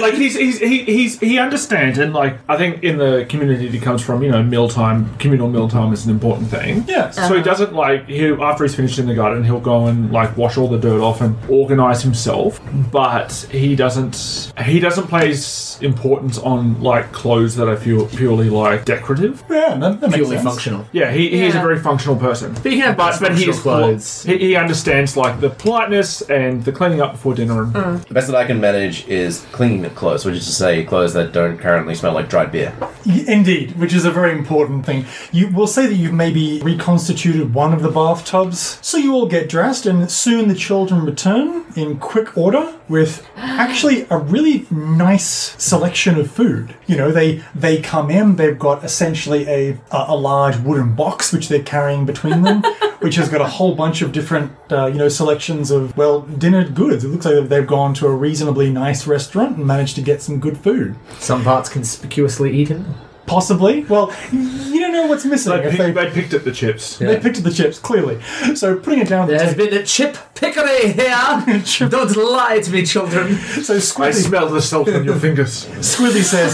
S8: like he's, he's he he's he understands and like I think in the community that he comes from, you know, mealtime communal mealtime is an important thing.
S3: Yes.
S8: So he doesn't like he after he's finished in the garden, he'll go and like wash all the dirt off and organize himself. But he doesn't he doesn't place importance on like clothes that are pure, purely like decorative.
S3: Yeah, that, that makes
S9: Purely
S3: sense.
S9: functional.
S8: Yeah, he, he is a
S5: Yeah.
S8: very functional person. But
S9: he can have
S8: but, he is
S9: functional clothes.
S8: He, he understands like the politeness and the cleaning up before dinner and
S7: The best that I can manage is clean clothes, which is to say clothes that don't currently smell like dried beer.
S3: Y- Indeed, which is a very important thing. You will say that you've maybe reconstituted one of the bathtubs. So you all get dressed, and soon the children return in quick order with actually a really nice selection of food. You know, they they come in. They've got essentially a a, a large wooden box which they're carrying between them, which has got a whole bunch of different uh, you know selections of well dinner goods. It looks like they've gone to a reasonably nice restaurant and managed to get some good food.
S9: Some parts conspicuously eaten.
S3: Possibly. Well, you don't know what's missing.
S8: they,
S3: if
S8: pick,
S3: they,
S8: they picked up the chips.
S3: they picked up the chips, clearly. So putting it down. on The
S9: There's
S3: table.
S9: been a chip pickery here. Don't lie to me, children.
S3: so
S8: I
S3: Squidly,
S8: smell the salt on your fingers.
S3: Squidly says,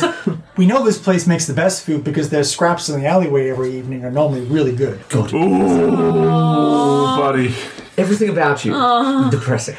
S3: "We know this place makes the best food because their scraps in the alleyway every evening are normally really good."
S8: Ooh, buddy.
S9: Everything about you depressing.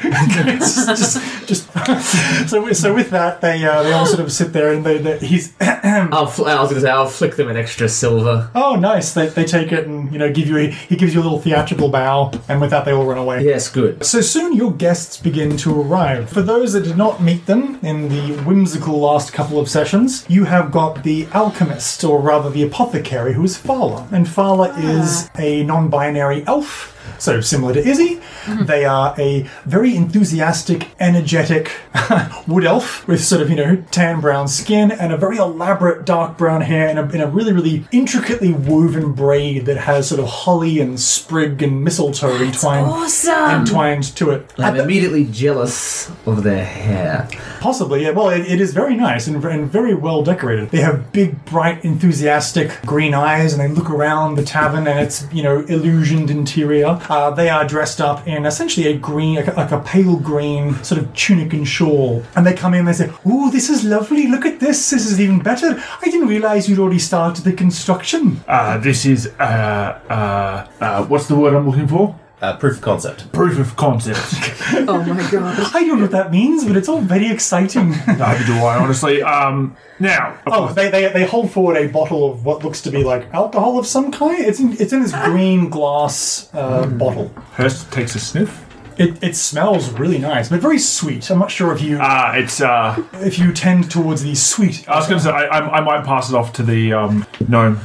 S3: It's just, just, just- so, with- so with that, they uh, they all sort of sit there and they, they he's
S9: I'll fl- I was going to say I'll flick them an extra silver.
S3: oh nice. They, they take it and you know give you a, he gives you a little theatrical bow, and with that they all run away.
S9: Yes, good.
S3: So soon your guests begin to arrive. For those that did not meet them in the whimsical last couple of sessions, you have got the alchemist, or rather the apothecary, who is Fala. And Fala is a non binary elf. So similar to Izzy, they are a very enthusiastic, energetic wood elf with sort of you know tan brown skin and a very elaborate dark brown hair and a, and a really really intricately woven braid that has sort of holly and sprig and mistletoe entwined
S10: Awesome.
S3: entwined to it. Uh,
S9: I'm immediately jealous of their hair.
S3: Possibly, yeah. Well, it, it is very nice and, and very well decorated. They have big, bright, enthusiastic green eyes, and they look around the tavern and its, you know, illusioned interior. Uh, they are dressed up in essentially a green, like a, like a pale green sort of tunic and shawl. And they come in and they say, "Ooh, this is lovely. Look at this. This is even better. I didn't realize you'd already started the construction."
S8: Uh, this is, uh, uh, uh, what's the word I'm looking for?
S7: Uh, proof of concept.
S8: Proof of concept.
S5: Oh my god.
S3: I don't know what that means, but it's all very exciting.
S8: Neither do I, honestly. Um, now,
S3: Oh, they, they, they hold forward a bottle of what looks to be like alcohol of some kind. It's in, it's in this green glass uh, bottle.
S8: Hurst takes a sniff.
S3: It, it smells really nice, but very sweet. I'm not sure if you
S8: Uh, it's, uh,
S3: if you tend towards the sweet.
S8: I was going to say, I, I, I might pass it off to the, um, gnome.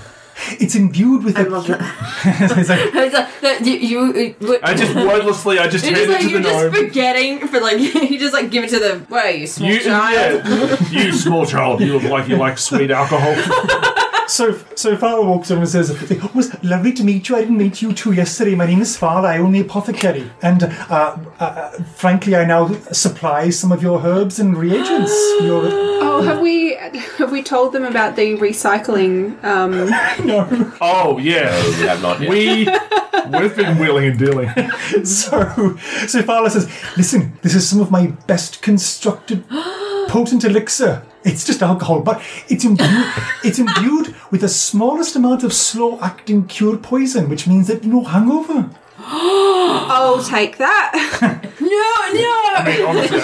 S3: It's imbued with a it's like,
S5: It's like that you, you, you
S8: I just wordlessly, I just
S5: It
S8: hand
S5: is
S8: it
S5: like
S8: to the
S5: you're just
S8: gnome.
S5: forgetting for like you just like give it to them. What are you, small
S8: You,
S5: child?
S8: yeah, you small child, you look like you like sweet alcohol.
S3: so so Father walks over and says, "It was lovely to meet you. I didn't meet you two yesterday. My name is Father. I own the apothecary, and uh, uh, uh, frankly, I now supply some of your herbs and reagents. for your,
S4: oh, have we have we told them about the recycling? Um,
S3: no,
S8: Oh, yeah.
S7: We have not yet.
S8: We, we've been wheeling and dealing.
S3: So, so Fowler says, "Listen, this is some of my best constructed potent elixir. It's just alcohol, but it's imbued, it's imbued with the smallest amount of slow-acting cure poison, which means that no hangover.
S4: I'll take that.
S5: No, no.
S8: Honestly,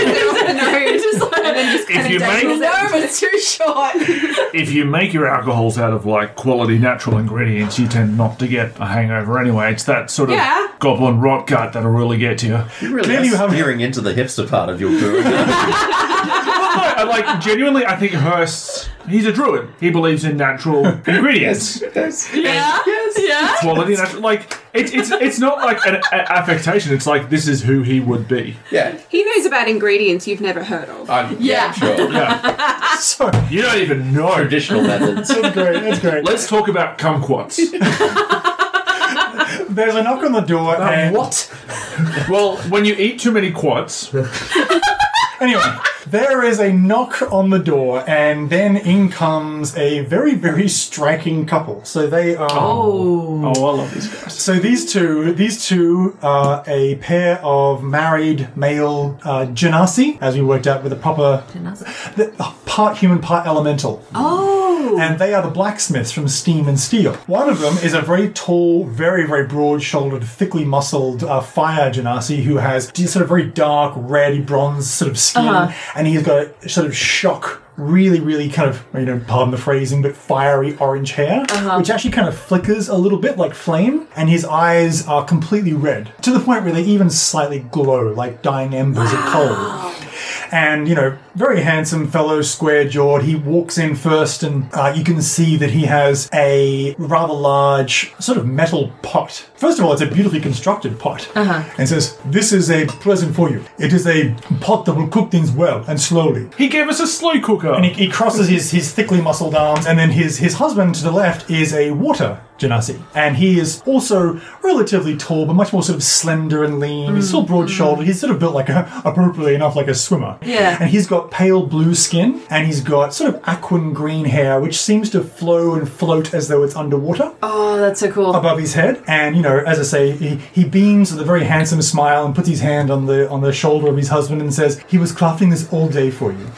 S5: It's just like-
S8: if you
S5: no,
S8: make
S5: it's too short.
S8: if you make your alcohols out of like quality natural ingredients, you tend not to get a hangover anyway. It's that sort of
S5: Yeah.
S8: goblin rot gut that'll really get to you.
S7: really
S3: Clearly
S7: are
S3: you have-
S7: steering into the hipster part of your guru.
S8: I, I, like genuinely, I think Hearst. He's a druid. He believes in natural ingredients.
S5: Yeah. Yeah?
S8: quality. and act- Like it's it's it's not like an, a- affectation. It's like this is who he would be.
S7: Yeah.
S4: He knows about ingredients you've never heard of.
S7: I'm, yeah.
S5: Yeah.
S7: Sure.
S3: So
S8: You don't even know.
S7: Traditional methods.
S3: that's great. That's great.
S8: Let's talk about kumquats.
S3: There's a knock on the door. and
S9: What?
S8: well, when you eat too many quads,
S3: Anyway, there is a knock on the door, and then in comes a very, very striking couple. So they are.
S8: oh, I love these guys.
S3: So these two, these two are a pair of married male uh, genasi, as we worked out with the proper the, oh, part human, part elemental.
S5: Oh.
S3: And they are the blacksmiths from Steam and Steel. One of them is a very tall, very, very broad shouldered, thickly muscled uh, fire genasi who has d- sort of very dark, red bronze sort of skin, and he's got a sort of shock. Really, really kind of, you know, pardon the phrasing, but fiery orange hair, which actually kind of flickers a little bit like flame, and his eyes are completely red to the point where they even slightly glow like dying embers at coal and you know very handsome fellow square jawed he walks in first and uh, you can see that he has a rather large sort of metal pot first of all it's a beautifully constructed pot and says this is a present for you it is a pot that will cook things well and slowly
S8: He gave us a slow cooker.
S3: and he, he crosses his, his thickly muscled arms, and then his, his husband to the left is a water genasi, and he is also relatively tall, but much more sort of slender and lean. He's still broad shouldered. He's sort of built like a, appropriately enough like a swimmer.
S5: Yeah.
S3: And he's got pale blue skin, and he's got sort of aquan green hair, which seems to flow and float as though it's underwater
S5: Oh, that's so cool.
S3: above his head, and you know, as I say, he, he beams with a very handsome smile and puts his hand on the on the shoulder of his husband and says, "He was crafting this all day for you."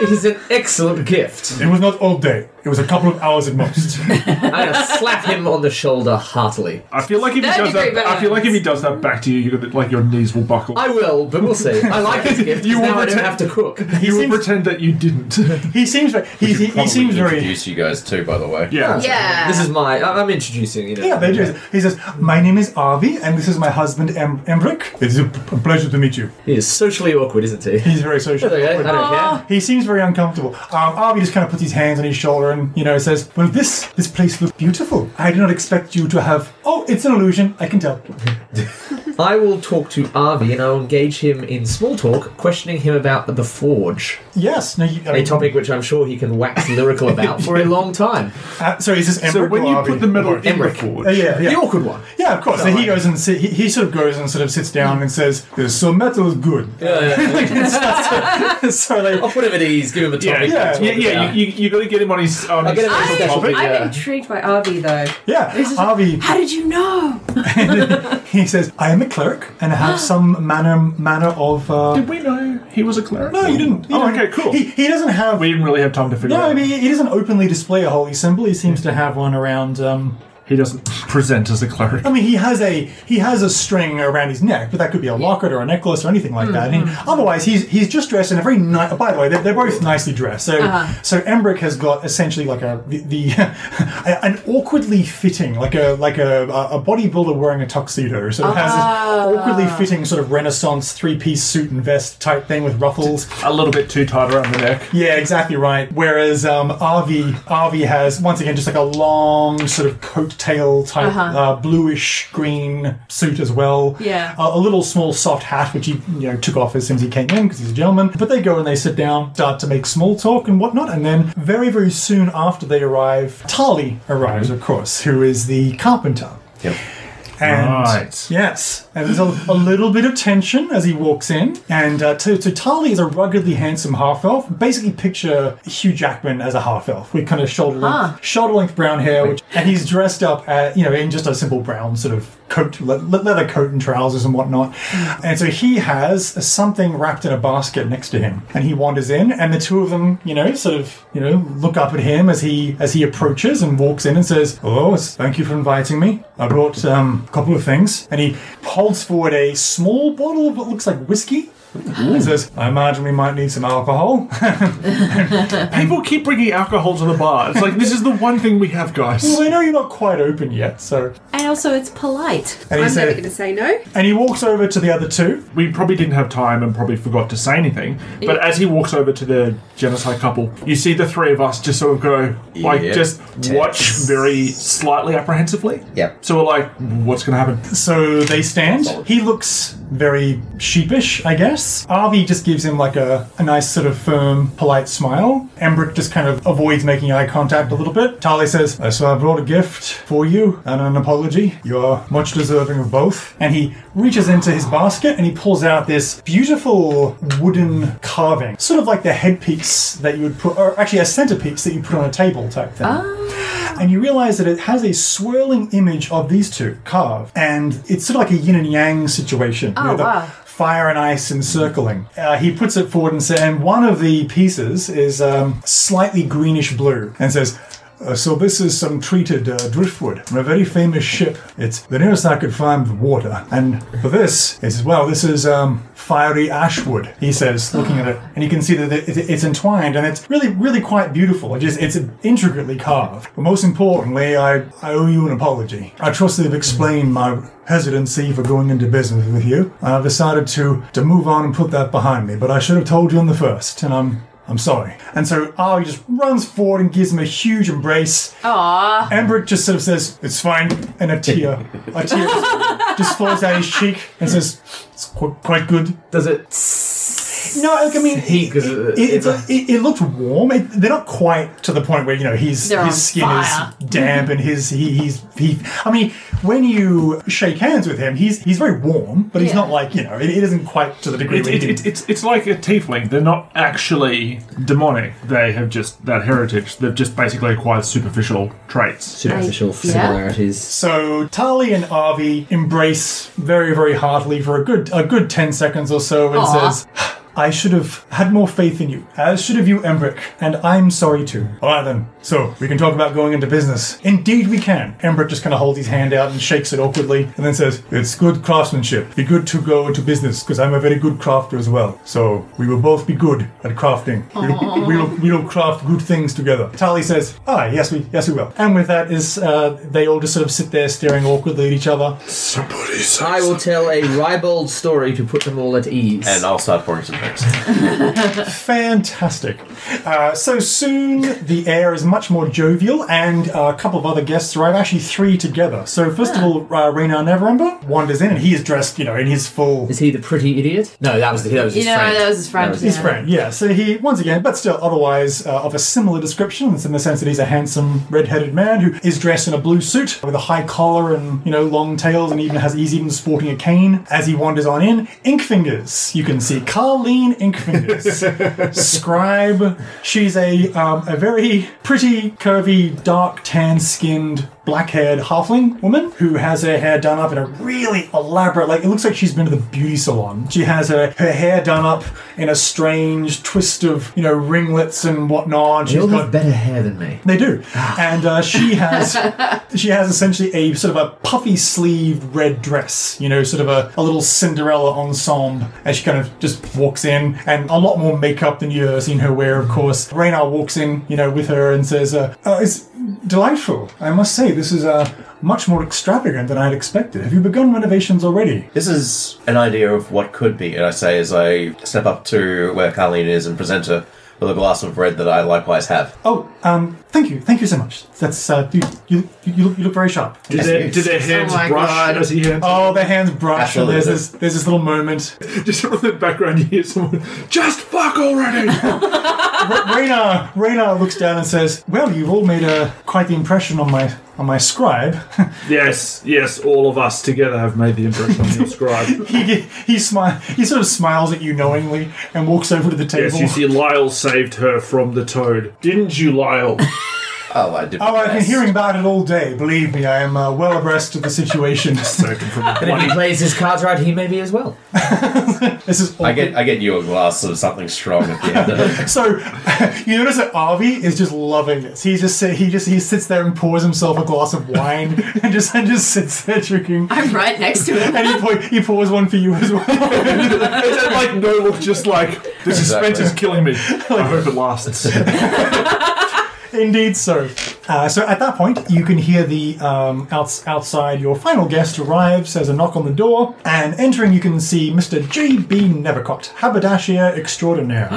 S9: It is an excellent gift.
S3: It was not all day. It was a couple of hours at most.
S9: I'm gonna slap him on the shoulder heartily.
S8: I feel like if he
S5: That'd
S8: does
S5: be
S8: that,
S5: great
S8: I feel like if he does that back to you, you're gonna, like your knees will buckle.
S9: I will, but we'll see. I like this gift.
S8: You
S9: You
S8: will
S9: now I don't
S8: return-
S9: have to cook.
S3: He
S8: you will
S3: seems-
S8: pretend that you didn't.
S3: he seems very. He, he, he
S7: Probably
S3: seems
S7: could
S3: very.
S7: Introduce you guys too, by the way.
S8: yeah.
S5: yeah.
S9: This is my. I- I'm introducing. You know,
S3: Yeah, they do. He says, "My name is Arvi, and this is my husband em- Embrick. It is a p- p- pleasure to meet you."
S9: He is socially awkward, isn't he?
S3: He's very social.
S9: That's okay. I don't care.
S3: He seems very uncomfortable. Um, Arvi just kind of puts his hands on his shoulder and you know says, "Well, this this place looks beautiful. I did not expect you to have. Oh, it's an illusion. I can tell."
S9: I will talk to Arvi and I'll engage him in small talk, questioning him about the forge,
S3: Yes. No. You, I
S9: a
S3: mean,
S9: topic which I'm sure he can wax lyrical about for a long time.
S3: uh, sorry, is this Embrick
S8: So when
S3: or
S8: you
S3: Arvi?
S8: put the metal in the
S9: Emmerich.
S8: forge,
S3: Uh, yeah, yeah.
S9: The awkward one.
S3: Yeah, of course. So he goes and sit, he, he sort of goes and sort of sits down and says, "So metal is good." so
S9: I'll
S3: like,
S9: put him at ease, give him a
S8: yeah,
S9: topic.
S3: Yeah.
S8: yeah, yeah, You, you, you got to get him on his. On
S9: I'll
S8: his
S9: get him on his
S8: topic.
S9: special
S5: I'm
S9: bit, yeah.
S5: intrigued by Arvi though.
S3: yeah, Avi.
S5: How did you know?
S3: He says, "I am a cleric and I have some manner manner of." Uh,
S8: Did we know he was a cleric?
S3: no, you didn't. You
S8: oh,
S3: didn't.
S8: okay, cool.
S3: He, he doesn't have.
S8: we didn't really have time to figure.
S3: no,
S8: out.
S3: I mean he doesn't openly display a holy symbol. He seems to have one around. Um,
S8: he doesn't present as a cleric.
S3: I mean, he has a he has a string around his neck, but that could be a locket or a necklace or anything like that. And otherwise, he's he's just dressed in a very nice. By the way, they're, they're both nicely dressed. So so Embrick has got essentially like a the, the a- an awkwardly fitting like a like a a bodybuilder wearing a tuxedo. So it has this awkwardly fitting sort of Renaissance three piece suit and vest type thing with ruffles.
S8: A little bit too tight around the neck.
S3: Yeah, exactly right. Whereas um, Arvi Arvi has once again just like a long sort of coattail type uh, bluish green suit as well.
S5: Yeah.
S3: a, a little small soft hat which he you know took off as soon as he came in because he's a gentleman. But they go and they sit down, start to make small talk and whatnot, and then very very soon after they arrive, Tali arrives, of course, who is the carpenter.
S7: Yep.
S3: And
S8: Right.
S3: yes, and there's a, a little bit of tension as he walks in. And uh, to, to Tali is a ruggedly handsome half elf. Basically, picture Hugh Jackman as a half elf with kind of shoulder length, shoulder length brown hair, which, and he's dressed up uh you know in just a simple brown sort of coat, le- le- leather coat and trousers and whatnot. And so he has something wrapped in a basket next to him, and he wanders in, and the two of them, you know, sort of you know look up at him as he as he approaches and walks in and says, "Oh, thank you for inviting me. I brought um, a couple of things." And he holds forward a small bottle of what looks like whiskey. It says, I imagine we might need some alcohol.
S8: People keep bringing alcohol to the bar. It's like, this is the one thing we have, guys.
S3: well, I know you're not quite open yet, so.
S10: And also, it's polite.
S3: And he,
S4: I'm never going to
S3: said,
S4: say no.
S3: and he walks over to the other two.
S8: We probably didn't have time and probably forgot to say anything. But as he walks over to the genocide couple, you see the three of us just sort of go, like,
S7: Yep.
S8: just watch very slightly apprehensively.
S6: Yep.
S8: So we're like, what's going to happen?
S3: So they stand. He looks very sheepish, I guess. Arvi just gives him like a, a nice sort of firm, polite smile. Embrick just kind of avoids making eye contact a little bit. Tali says, "Uh, So I brought a gift for you and an apology. You're much deserving of both. And he reaches into his basket and he pulls out this beautiful wooden carving, sort of like the headpiece that you would put, or actually a centerpiece that you put on a table type thing and you realize that it has a swirling image of these two carved, and it's sort of like a yin and yang situation. Oh,
S10: wow.
S3: Fire and ice encircling. Uh, he puts it forward and says, and one of the pieces is um, slightly greenish blue, and says. Uh, so this is some treated uh, driftwood from a very famous ship. It's the nearest I could find with water. And for this, it says, well, this is um, fiery ashwood, he says, looking at it. And you can see that it, it- it's entwined and it's really, really quite beautiful. It just, it's intricately carved. But most importantly, I, I owe you an apology. I trust that I've explained my hesitancy for going into business with you. And I've decided to, to move on and put that behind me. But I should have told you on the first, and I'm, I'm sorry. And so Ari just runs forward and gives him a huge embrace.
S10: Aww.
S3: Embrick just sort of says, "It's fine," and a tear, a tear just, just falls down his cheek and says, "It's qu- quite good."
S9: Does it
S3: No, like, I mean,
S9: Heat, 'cause it-
S3: it, it,
S9: it's a-
S3: it, it looked warm. It, they're not quite to the point where you know his
S10: They're on
S3: his skin
S10: fire.
S3: is damp and his he, he's he. I mean, when you shake hands with him, he's he's very warm, but he's
S10: Yeah.
S3: not like you know it, it isn't quite to the degree.
S8: It,
S3: where
S8: it,
S3: you
S8: it, it's, it's like a tiefling. They're not actually demonic. They have just that heritage. They've just basically acquired superficial traits.
S9: superficial
S10: yeah.
S9: similarities?
S3: So Tali and Arvi embrace very, very heartily for a good a good ten seconds or so, and
S10: Aw.
S3: says, "I should have had more faith in you, as should have you, Embrick, and I'm sorry too." All right then. So we can talk about going into business. Indeed, we can. Embrick just kind of holds his hand out and shakes it awkwardly, and then says, "It's good craftsmanship. Be good to go into business, because I'm a very good crafter as well. So we will both be good at crafting. We, we will we will craft good things together." Tali says, "Ah, yes we yes we will." And with that is uh, they all just sort of sit there staring awkwardly at each other.
S9: I will tell a ribald story to put them all at ease.
S7: And I'll start pouring some drinks.
S3: Fantastic. Uh, so soon, the air is much more jovial, and uh, a couple of other guests arrive, actually three together. So, first of all, uh, Renar Neverember wanders in, and he is dressed, you know, in his full.
S9: Is he the pretty idiot? No, that was the, that was
S5: You
S9: his
S5: know,
S9: friend.
S5: that was his friend.
S9: That was
S3: His friend, yeah. So he, once again, but still otherwise uh, of a similar description. It's in the sense that he's a handsome, red-headed man who is dressed in a blue suit with a high collar and you know long tails, and even has he's even sporting a cane as he wanders on in. Inkfingers, you can see Carleen Inkfingers. scribe. She's a um, a very pretty, curvy, dark tan skinned, black haired halfling woman who has her hair done up in a really elaborate like it looks like she's been to the beauty salon. She has her, her hair done up in a strange twist of, you know, ringlets and whatnot.
S9: They
S3: She's
S9: all have
S3: got
S9: better hair than me.
S3: they do, and uh, she has she has essentially a sort of a puffy sleeved red dress, you know, sort of a, a little Cinderella ensemble. And she kind of just walks in, and a lot more makeup than you've seen her wear, of course. Reynar walks in, you know, with her and says, uh, uh, "It's delightful. I must say, this is uh, much more extravagant than I had expected. Have you begun renovations already?"
S7: This is an idea of what could be, and I say as I step up to where Carlene is and present her with a glass of red that I likewise have.
S3: Oh, um, thank you, thank you so much. That's uh, you, you, you, look, you look very sharp.
S8: Did their, did their hands
S5: Oh my
S8: brush
S5: God.
S8: as he hands?
S3: Oh, their hands brush, and there's this there's this little moment.
S8: Just from the background, you hear someone, just fuck already!
S3: Rayna, Rayna looks down and says, "Well, you've all made a quite the impression on my on my scribe."
S8: yes, yes, all of us together have made the impression on your scribe.
S3: he he smi- he sort of smiles at you knowingly and walks over to the table.
S8: Yes, you see, Lyle saved her from the toad. Didn't you, Lyle?
S7: Oh, I did.
S3: Oh, I've been hearing about it all day. Believe me, I am uh, well abreast of the situation.
S9: And if he plays his cards right, he may be as well.
S3: this is
S7: I get I get you a glass of something strong at the end of it.
S3: So you notice that Arvi is just loving this. He just sit- he just he sits there and pours himself a glass of wine and just and just sits there drinking.
S10: I'm right next to him.
S3: And he, pour, he pours one for you as well.
S8: It's that, like no look, just like the suspense
S7: Exactly.
S8: is killing me. I hope it lasts.
S3: Indeed, so. Uh, so at that point, you can hear the um, outs- outside. Your final guest arrives. There's a knock on the door, and entering, you can see Mr. J. B. Nevercott, haberdasher extraordinaire.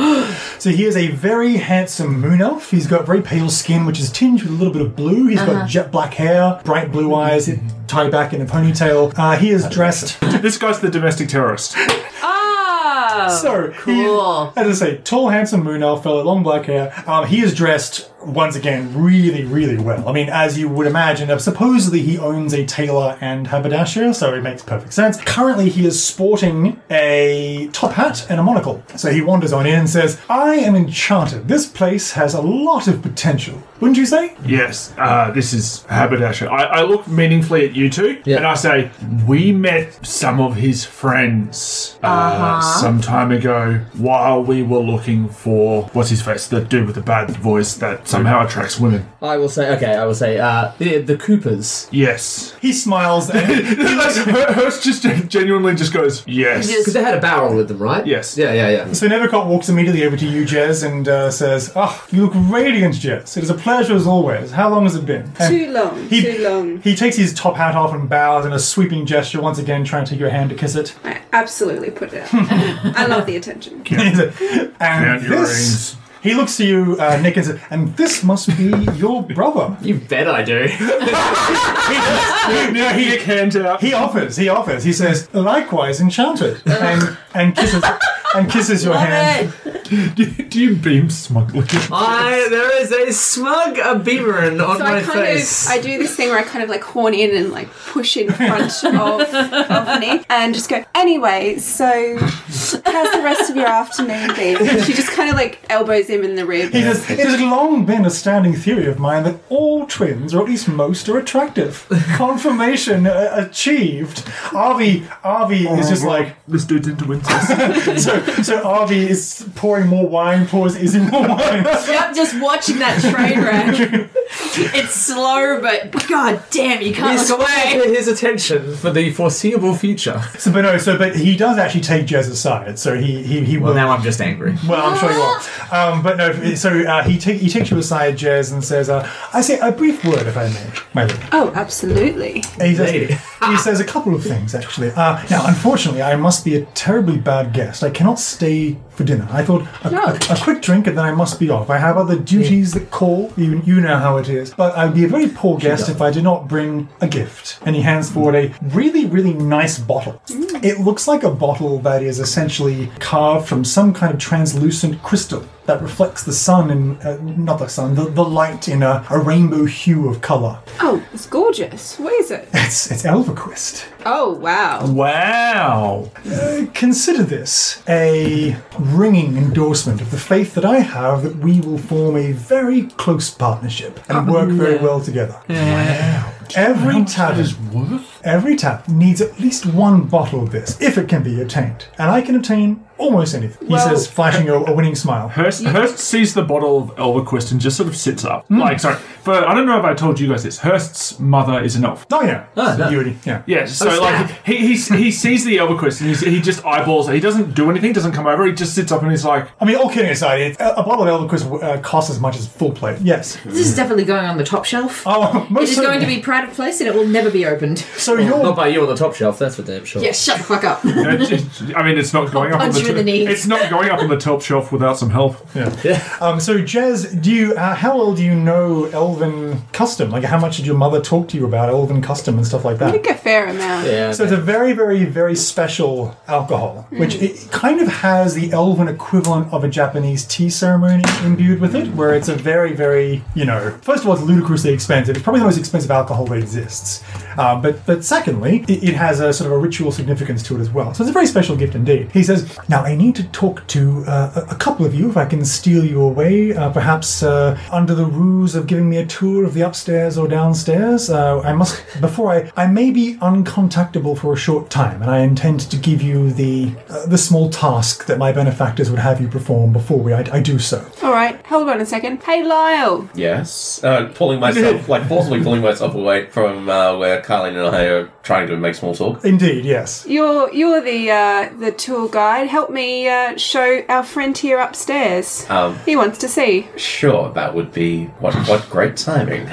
S3: so he is a very handsome moon elf. He's got very pale skin, which is tinged with a little bit of blue. He's got jet black hair, bright blue eyes, tied back in a ponytail. Uh, he is dressed.
S8: this guy's the domestic terrorist.
S10: Oh,
S3: So he-
S10: cool.
S3: as I say, tall, handsome moon elf fellow, long black hair. Um, he is dressed once again really, really well. I mean, as you would imagine, uh, supposedly he owns a tailor and haberdasher, so it makes perfect sense. Currently, he is sporting a top hat and a monocle. So he wanders on in and says, "I am enchanted. This place has a lot of potential, wouldn't you say?"
S8: Yes, uh, this is Haberdasher. I, I look meaningfully at you two, and I say, "We met some of his friends uh, some time ago while we were looking for what's his face, the dude with the bad voice that somehow attracts women."
S9: I will say, okay, I will say, uh, the, the Coopers.
S8: Yes,
S3: He smiles and
S8: Her- Hurst just genuinely just goes, "Yes."
S10: Just-
S9: Because they had a barrel with them, right?
S8: Yes.
S9: Yeah, yeah, yeah.
S3: So Nevercott walks immediately over to you, Jez, and uh, says, "Oh, you look radiant, Jez. It is a pleasure as always. How long has it been?" And
S4: Too long,
S3: He,
S4: too long.
S3: He takes his top hat off and bows in a sweeping gesture, once again trying to take your hand to kiss it.
S4: I absolutely put it out. I love the attention.
S3: and
S8: Count your
S3: this,
S8: rings.
S3: he looks to you, uh, Nick, and says, "And this must be your brother."
S9: You bet I do.
S8: Now he hands out.
S3: He offers. He offers. He says, "Likewise, enchanted," and and kisses and kisses your hand.
S8: Do, do you beam smugly?
S9: I, there is a smug abimarin on
S4: So
S9: my
S4: I kind
S9: face.
S4: of I do this thing where I kind of like horn in and like push in front of, of Nick and just go. Anyway, so how's the rest of your afternoon been? She just kind of like elbows him in the rib.
S3: He says, It has long been a standing theory of mine that all twins, or at least most, are attractive. Confirmation uh, achieved. Arvi,
S9: Oh
S3: Arvi
S8: Oh,
S3: is just like
S8: this dude's into incest.
S3: so. So Arvi is pouring more wine. Pours is in more wine.
S10: Yep, just watching that train wreck. it's slow, but god damn, you can't
S9: He's
S10: look away.
S9: for his attention for the foreseeable future.
S3: So, but no. So, but he does actually take Jez aside. So he he he
S9: Well,
S3: will.
S9: now I'm just angry.
S3: Well, I'm sure you are. Um, but no. So uh, he take, he takes you aside, Jez, and says, uh, "I say a brief word, if I may, my lord."
S4: Oh, absolutely.
S3: And He
S9: Lady.
S3: says, he says a couple of things, actually. Uh, now, unfortunately, I must be a terribly bad guest. I cannot stay for dinner. I thought a, a, a quick drink and then I must be off. I have other duties that call. You, you know how it is. But I would be a very poor guest if I did not bring a gift. And he hands forward a really, really nice bottle. It looks like a bottle that is essentially carved from some kind of translucent crystal. That reflects the sun and uh, not the sun, the, the light in a, a rainbow hue of color.
S4: Oh, it's gorgeous. What is it?
S3: It's it's Elverquist.
S4: Oh wow.
S8: Wow.
S3: Consider this a ringing endorsement of the faith that I have that we will form a very close partnership and
S10: Oh,
S3: work very well together. Wow. Every tavern, every tavern needs at least one bottle of this, if it can be obtained. And I can obtain almost anything, he
S10: uh,
S3: says, flashing a, a winning smile.
S8: Hurst, Hurst sees the bottle of Elverquist and just sort of sits up. Like, sorry, for, I don't know if I told you guys this. Hurst's mother is an elf.
S3: Oh, yeah.
S10: Ah,
S9: no.
S3: You already- yeah.
S8: Yeah, so like he, he he sees the Elverquist and he's, he just eyeballs it. He doesn't do anything. Doesn't come over. He just sits up and he's like,
S3: I mean, all kidding aside, it, a, a bottle of Elverquist uh, costs as much as a full plate. Yes.
S10: This is definitely going on the top shelf.
S3: Oh,
S10: it
S3: most
S10: is going to
S3: certainly.
S10: be private place and it will never be opened.
S3: So you're
S9: Not by you on the top shelf, that's for damn sure.
S10: Yeah, shut the fuck up.
S8: I mean, it's not going up on
S10: punch
S8: the,
S10: you in the knee.
S8: it's not going up on the top shelf without some help.
S3: Um, so, Jez, do you uh, how well do you know Elven custom? Like, how much did your mother talk to you about Elven custom and stuff like
S4: I
S3: that?
S4: think a fair amount.
S9: Yeah.
S3: So, it's a very, very, very special alcohol, which it kind of has the Elven equivalent of a Japanese tea ceremony imbued with it, where it's a very, very, you know, first of all, it's ludicrously expensive. It's probably the most expensive alcohol that exists. Uh, but, but secondly, it, it has a sort of a ritual significance to it as well. So, it's a very special gift indeed. He says, "Now, Now, I need to talk to uh, a a couple of you if I can steal you away, uh, perhaps uh, under the ruse of giving me a tour of the upstairs or downstairs. Uh, I must, before I, I may be uncontactable for a short time, and I intend to give you the, uh, the small task that my benefactors would have you perform before we, I, I do so.
S4: All right, hold on a second. Hey, Lyle.
S7: Yes. Uh, pulling myself, like forcibly pulling myself away from uh, where Carlene and I are trying to make small talk.
S3: Indeed, yes.
S4: You're you're the uh, the tour guide. Help me uh, show our friend here upstairs.
S9: Oh.
S7: Um,
S4: He wants to see.
S7: Sure, that would be what what great timing.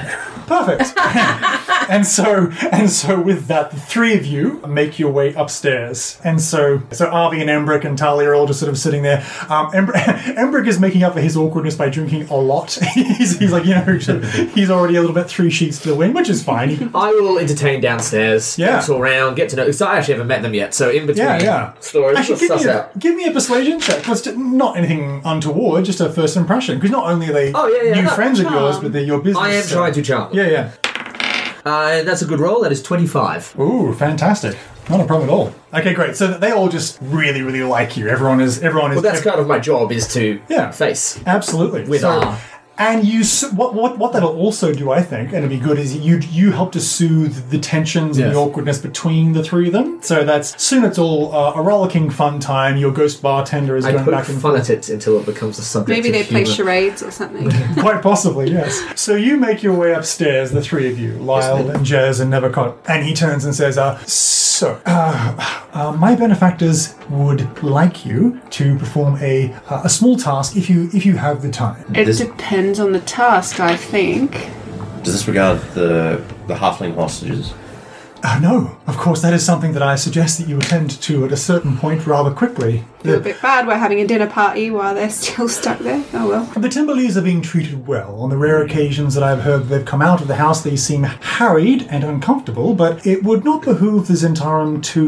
S3: Perfect. and so and so with that, the three of you make your way upstairs. And so so Arvi and Embrick and Tali are all just sort of sitting there. Um, Embr- Embrick is making up for his awkwardness by drinking a lot. he's, he's like you know he's already a little bit three sheets to the wind, which is fine. He can
S9: I will entertain downstairs.
S3: Yeah.
S9: Talk around, get to know. Because I actually haven't met them yet. So in between
S3: Yeah, yeah.
S9: stories,
S3: Actually,
S9: let's
S3: give
S9: suss
S3: me, a,
S9: out.
S3: give me a persuasion check. Let's do, not anything untoward, just a first impression. Because not only are they
S9: Oh, yeah, yeah,
S3: new
S9: no,
S3: friends of yours,
S9: charm.
S3: but they're your business.
S9: I am
S3: so-
S9: trying to charm.
S3: Yeah, yeah.
S9: Uh, that's a good roll. That is twenty-five.
S3: Ooh, fantastic. Not a problem at all. Okay, great. So they all just really, really like you. Everyone is. Everyone is.
S9: Well, that's kind of my job is to
S3: Yeah.
S9: face.
S3: absolutely
S9: with
S3: So-
S9: our-
S3: And you, s- what, what what that'll also do, I think, and it'd be good is you you help to soothe the tensions and
S9: Yes.
S3: the awkwardness between the three of them. So that's soon it's all uh, a rollicking fun time. Your ghost bartender is
S9: I
S3: going
S9: put
S3: back and
S9: fun at it until it becomes a subject.
S4: Maybe
S9: of
S4: they play
S9: humour.
S4: charades or something.
S3: Quite possibly, yes. So you make your way upstairs, the three of you, Lyle and Jez and Nevercott, and he turns and says, uh, So, uh, uh, my benefactors would like you to perform a, uh, a small task if you if you have the time.
S4: It
S7: Does-
S4: depends on the task, I think.
S7: Does this regard the the halfling hostages?
S3: Uh, no, of course, that is something that I suggest that you attend to at a certain point rather quickly.
S4: Feel a bit bad. We're having a dinner party while they're still stuck there. Oh well.
S3: The Timberleys are being treated well. On the rare occasions that I've heard they've come out of the house, they seem harried and uncomfortable, but it would not behoove the Zentarum to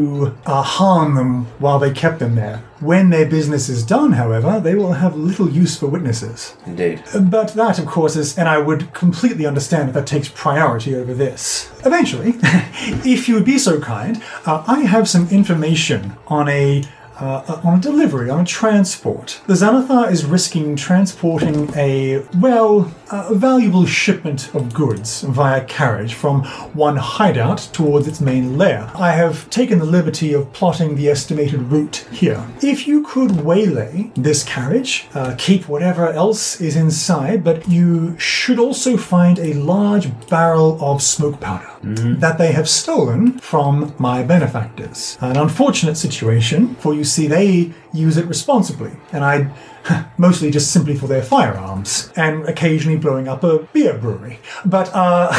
S3: uh, harm them while they kept them there. When their business is done, however, they will have little use for witnesses.
S7: Indeed.
S3: But that, of course, is, and I would completely understand that that takes priority over this. Eventually, if you would be so kind, uh, I have some information on a. Uh, on a delivery, on a transport. The Xanathar is risking transporting a, well, a valuable shipment of goods via carriage from one hideout towards its main lair. I have taken the liberty of plotting the estimated route here. If you could waylay this carriage, uh, keep whatever else is inside, but you should also find a large barrel of smoke powder that they have stolen from my benefactors. An unfortunate situation, for you see, they use it responsibly, and I. Mostly just simply for their firearms and occasionally blowing up a beer brewery. But uh,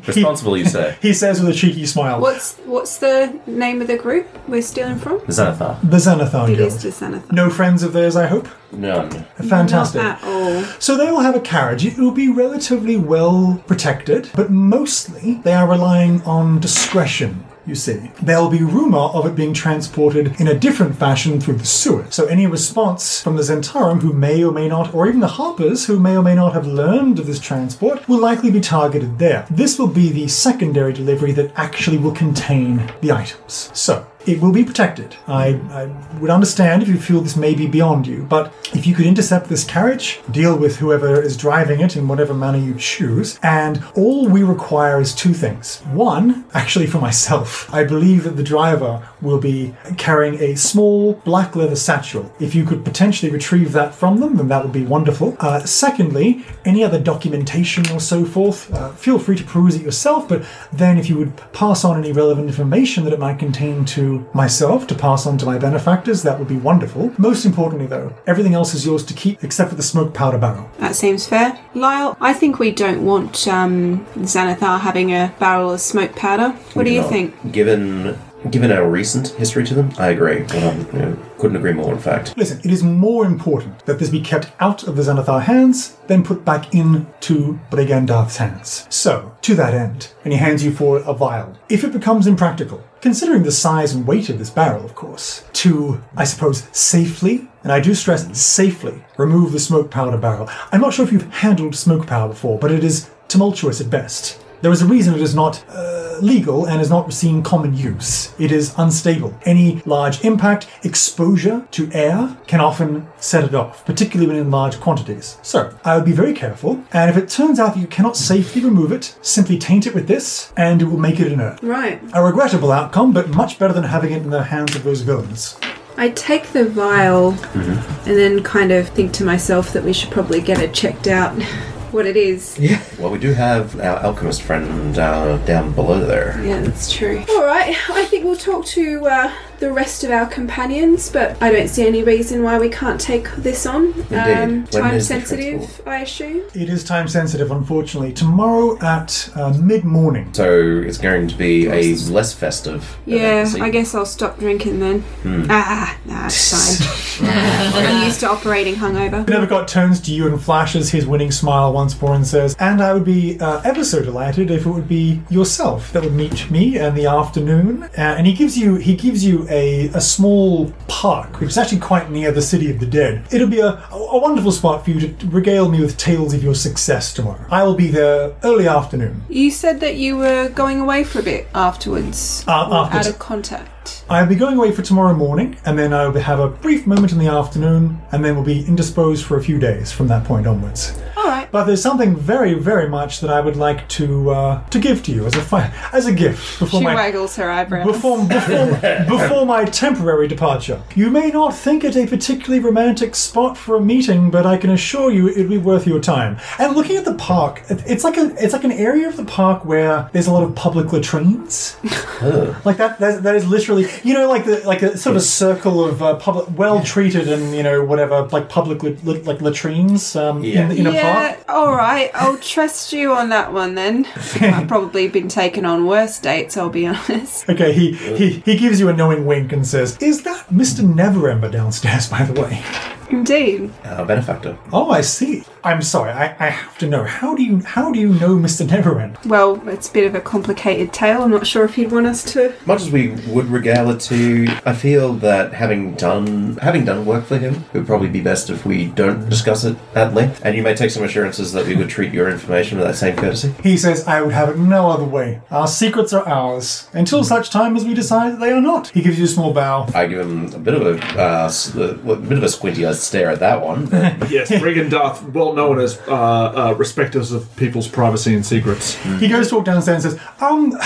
S7: Responsible, you say?
S3: he says with a cheeky smile,
S4: What's what's the name of the group we're stealing from?
S7: The Xanathar?
S3: "The Xanathar
S4: It is
S3: Guild."
S4: just Xanathar.
S3: No friends of theirs, I hope.
S7: None.
S3: Fantastic.
S4: Not at all.
S3: So they will have a carriage. It will be relatively well protected, but mostly they are relying on discretion. You see, there'll be rumour of it being transported in a different fashion through the sewer. So any response from the Zentarum who may or may not, or even the Harpers who may or may not have learned of this transport, will likely be targeted there. This will be the secondary delivery that actually will contain the items. So it will be protected. I, I would understand if you feel this may be beyond you, but if you could intercept this carriage, deal with whoever is driving it in whatever manner you choose, and all we require is two things. One, actually for myself, I believe that the driver will be carrying a small black leather satchel. If you could potentially retrieve that from them, then that would be wonderful. Uh, secondly, any other documentation or so forth, uh, feel free to peruse it yourself, but then if you would pass on any relevant information that it might contain to myself to pass on to my benefactors, that would be wonderful. Most importantly, though, everything else is yours to keep except for the smoke powder barrel.
S4: That seems fair. Lyle, I think we don't want um, Xanathar having a barrel of smoke powder. What do you
S7: Not-
S4: think?
S7: Given given our recent history to them, I agree. Um, you know, couldn't agree more. In fact,
S3: Listen, it is more important that this be kept out of the Xanathar hands than put back into Brigandarth's hands. So, to that end, and he hands you for a vial. If it becomes impractical, considering the size and weight of this barrel, of course, to, I suppose, safely, and I do stress safely, remove the smoke powder barrel. I'm not sure if you've handled smoke powder before, but it is tumultuous at best. There is a reason it is not uh, legal and is not seen common use. It is unstable. Any large impact, exposure to air can often set it off, particularly when in large quantities. So I would be very careful, and if it turns out that you cannot safely remove it, simply taint it with this, and it will make it inert.
S4: Right.
S3: A regrettable outcome, but much better than having it in the hands of those villains.
S4: I take the vial and then kind of think to myself that we should probably get it checked out what it is. Yeah,
S7: Well, we do have our alchemist friend uh, down below there.
S4: that's true. All right, I think we'll talk to uh, the rest of our companions, but I don't see any reason why we can't take this on. Um,
S3: When
S4: time
S3: is the
S4: sensitive, I assume.
S3: It is time sensitive, unfortunately. Tomorrow at uh, mid morning.
S7: So it's going to be a less festive.
S4: Yeah,
S7: event,
S4: I guess I'll stop drinking then.
S7: Hmm.
S4: Ah, nah, it's fine. I'm used to operating hungover.
S3: Nevergott turns to you and flashes his winning smile once more and says, And I would be uh, ever so delighted if it would be yourself that would meet me in the afternoon. Uh, and he gives you he gives you a, a small park, which is actually quite near the City of the Dead. It'll be a, a wonderful spot for you to regale me with tales of your success tomorrow. I will be there early afternoon.
S4: You said that you were going away for a bit afterwards.
S3: Uh,
S4: or
S3: afterwards.
S4: Out of contact.
S3: I'll be going away for tomorrow morning, and then I'll have a brief moment in the afternoon, and then we'll be indisposed for a few days from that point onwards.
S4: All right.
S3: But there's something very, very much that I would like to uh, to give to you as a fi- as a gift before
S4: She
S3: my
S4: waggles her eyebrows.
S3: before before before my temporary departure. You may not think it a particularly romantic spot for a meeting, but I can assure you it'd be worth your time. And looking at the park, it- it's like a it's like an area of the park where there's a lot of public latrines. Like that, that, that is literally, you know, like the like a sort of a circle of uh, public, well treated and you know whatever, like public lit- lit- like latrines um, in, the- in a park.
S4: yeah, all right. I'll trust you on that one then. I've probably been taken on worse dates. I'll be honest.
S3: Okay, he, he he gives you a knowing wink and says, "Is that Mister Neverember downstairs, by the way?"
S4: Indeed.
S7: Our benefactor.
S3: Oh, I see. I'm sorry. I, I have to know. How do you how do you know Mister Neverember?
S4: Well, it's a bit of a complicated tale. I'm not sure if he'd want us to.
S7: Much as we would regale it to, you, I feel that having done having done work for him, it would probably be best if we don't discuss it at length. And you may take some assurances that we would treat your information with that same courtesy.
S3: He says, "I would have it no other way. Our secrets are ours until such time as we decide that they are not." He gives you a small bow.
S7: I give him a bit of a, uh, s- a bit of a squinty eyed stare at that one. but-
S8: yes, Regan Darth, well known as uh, uh, respecters of people's privacy and secrets.
S3: He goes to walk downstairs and says, "Um,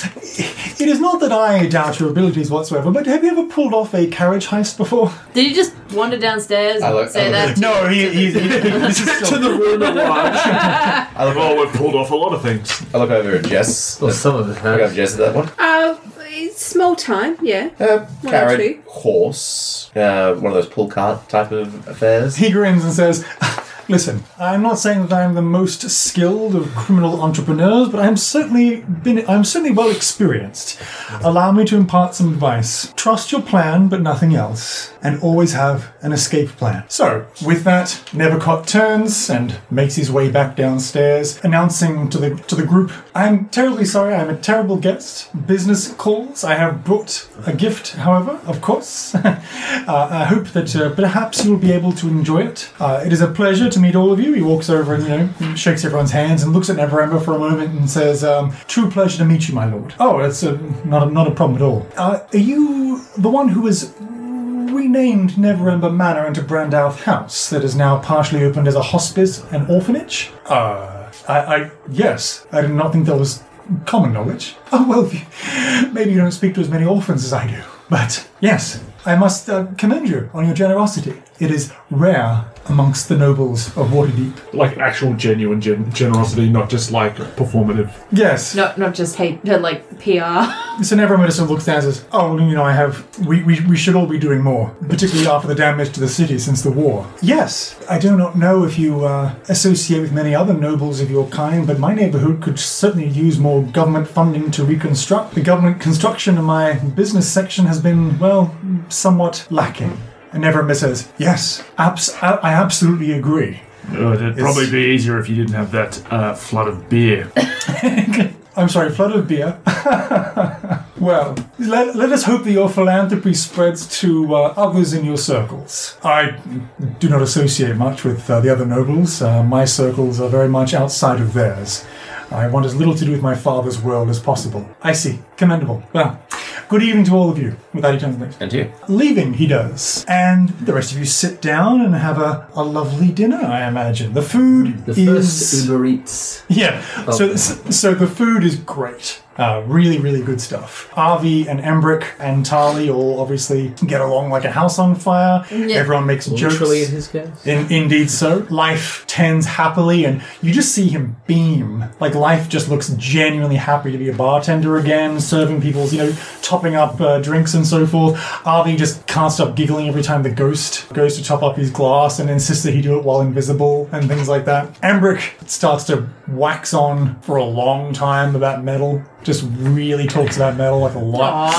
S3: it is not that I doubt your abilities whatsoever, but have you ever pulled off a carriage heist before?"
S10: Did you just wander downstairs and say that?
S3: No, he, he, he- this is still-
S8: to the room at large. oh, we've pulled off a lot of things.
S7: I look over at Jess. Well,
S9: some of it.
S7: I look over at Jess at that one.
S4: Uh, it's small time. Yeah.
S7: Uh,
S4: One or
S7: Carriage,
S4: two.
S7: horse, uh, one of those pull cart type of affairs.
S3: He grins and says, Listen, I'm not saying that I'm the most skilled of criminal entrepreneurs, but I'm certainly been I'm certainly well experienced. Allow me to impart some advice. Trust your plan, but nothing else, and always have an escape plan. So, with that, Nevercott turns and makes his way back downstairs, announcing to the to the group, "I'm terribly sorry. I'm a terrible guest. Business calls. I have brought a gift, however, of course. Uh, I hope that uh, perhaps you'll be able to enjoy it. Uh, it is a pleasure to meet all of you. He walks over and you know shakes everyone's hands and looks at Neverember for a moment and says, um, "True pleasure to meet you, my lord." Oh, that's uh not a, not a problem at all. Uh, are you the one who was renamed Neverember Manor into Brandouth House that is now partially opened as a hospice and orphanage? Uh, I, I yes, I did not think that was common knowledge. Oh well, if you, maybe you don't speak to as many orphans as I do, but yes, I must uh, commend you on your generosity. It is rare amongst the nobles of Waterdeep.
S8: Like actual genuine gen- generosity, not just like performative.
S3: Yes.
S10: Not, not just hate, no, like PR.
S3: So Never Medicine looks down and says, Oh, you know, I have. We, we, we should all be doing more, particularly after the damage to the city since the war. Yes, I do not know if you uh, associate with many other nobles of your kind, but my neighborhood could certainly use more government funding to reconstruct. The government construction in my business section has been, well, somewhat lacking. And Never says, Yes, abs- I I absolutely agree.
S8: Uh, it'd probably be easier if you didn't have that uh, flood of beer.
S3: I'm sorry, flood of beer. well, let, let us hope that your philanthropy spreads to uh, others in your circles. I do not associate much with uh, the other nobles. Uh, my circles are very much outside of theirs. I want as little to do with my father's world as possible. I see. Commendable. Well, good evening to all of you. Without each other's leaves.
S7: And you.
S3: Leaving, he does. And the rest of you sit down and have a, a lovely dinner, I imagine. The food
S9: The
S3: is.
S9: first Uber Eats.
S3: Yeah. So, so the food is great. Uh, really, really good stuff. Avi and Embrick and Tali all obviously get along like a house on fire. Everyone makes
S9: Literally in
S3: jokes.
S9: his case.
S3: In, indeed, so life tends happily, and you just see him beam. Like life just looks genuinely happy to be a bartender again, serving people's, you know, topping up uh, drinks and so forth. Avi just can't stop giggling every time the ghost goes to top up his glass and insists that he do it while invisible and things like that. Ambrick starts to wax on for a long time about metal. Just really talks about metal like a lot.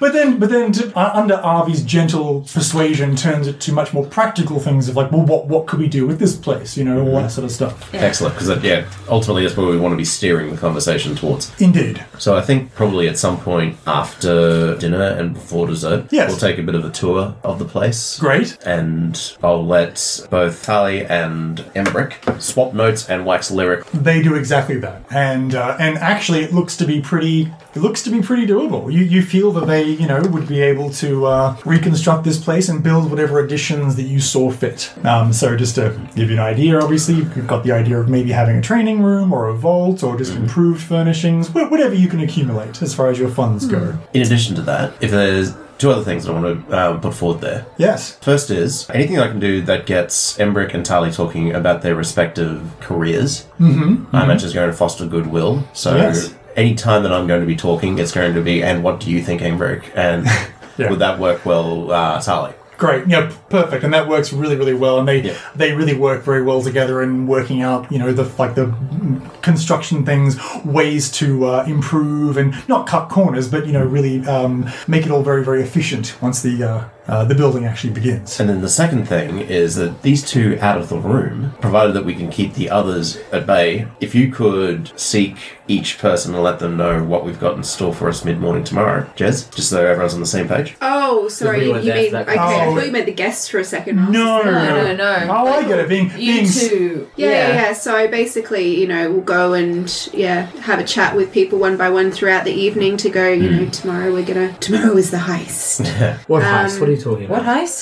S3: But then, but then, to, uh, under Arvy's gentle persuasion, turns it to much more practical things of like, well, what what could we do with this place? You know, all that sort of stuff.
S7: Excellent, because yeah, ultimately that's where we want to be steering the conversation towards.
S3: Indeed.
S7: So I think probably at some point after dinner and before dessert,
S3: Yes.
S7: we'll take a bit of a tour of the place.
S3: Great.
S7: And I'll let both Tali and Emmerich swap notes and wax lyric.
S3: They do exactly that, and uh, and actually, it looks to be pretty. It looks to be pretty doable. You you feel that they you know would be able to uh, reconstruct this place and build whatever additions that you saw fit. Um, so just to give you an idea, obviously, you've got the idea of maybe having a training room or a vault or just improved furnishings, wh- whatever you can accumulate as far as your funds go.
S7: In addition to that, if there's two other things that I want to uh, put forward there.
S3: Yes.
S7: First is anything I can do that gets Embrick and Tali talking about their respective careers. Mm-hmm. I imagine is going to foster goodwill. So
S3: Yes.
S7: any time that I'm going to be talking, it's going to be, and what do you think, Embrick? And
S3: Yeah.
S7: would that work well, uh, Tali?
S3: Great. Yeah, p- perfect. And that works really, really well. And they
S7: Yeah.
S3: they really work very well together in working out, you know, the like the construction things, ways to uh, improve and not cut corners, but you know, really um, make it all very, very efficient once the uh, uh, the building actually begins.
S7: And then the second thing is that these two out of the room, provided that we can keep the others at bay, if you could seek each person and let them know what we've got in store for us mid morning tomorrow, Jez, just so everyone's on the same page.
S4: Oh, sorry.
S9: we
S4: You
S9: went
S4: mean
S9: there
S4: okay?
S9: for that
S4: I
S3: question.
S4: thought you meant the guests for a second. I was
S3: No,
S4: just like,
S10: no, no.
S3: Oh, I get it. Being
S10: You
S3: being s-
S10: two.
S4: Yeah, yeah, yeah. So basically, you know, we'll go and yeah, have a chat with people one by one throughout the evening to go.
S3: Hmm.
S4: You know, tomorrow we're gonna. Tomorrow is the heist,
S9: What heist?
S3: Um,
S9: What are you talking about?
S10: What heist?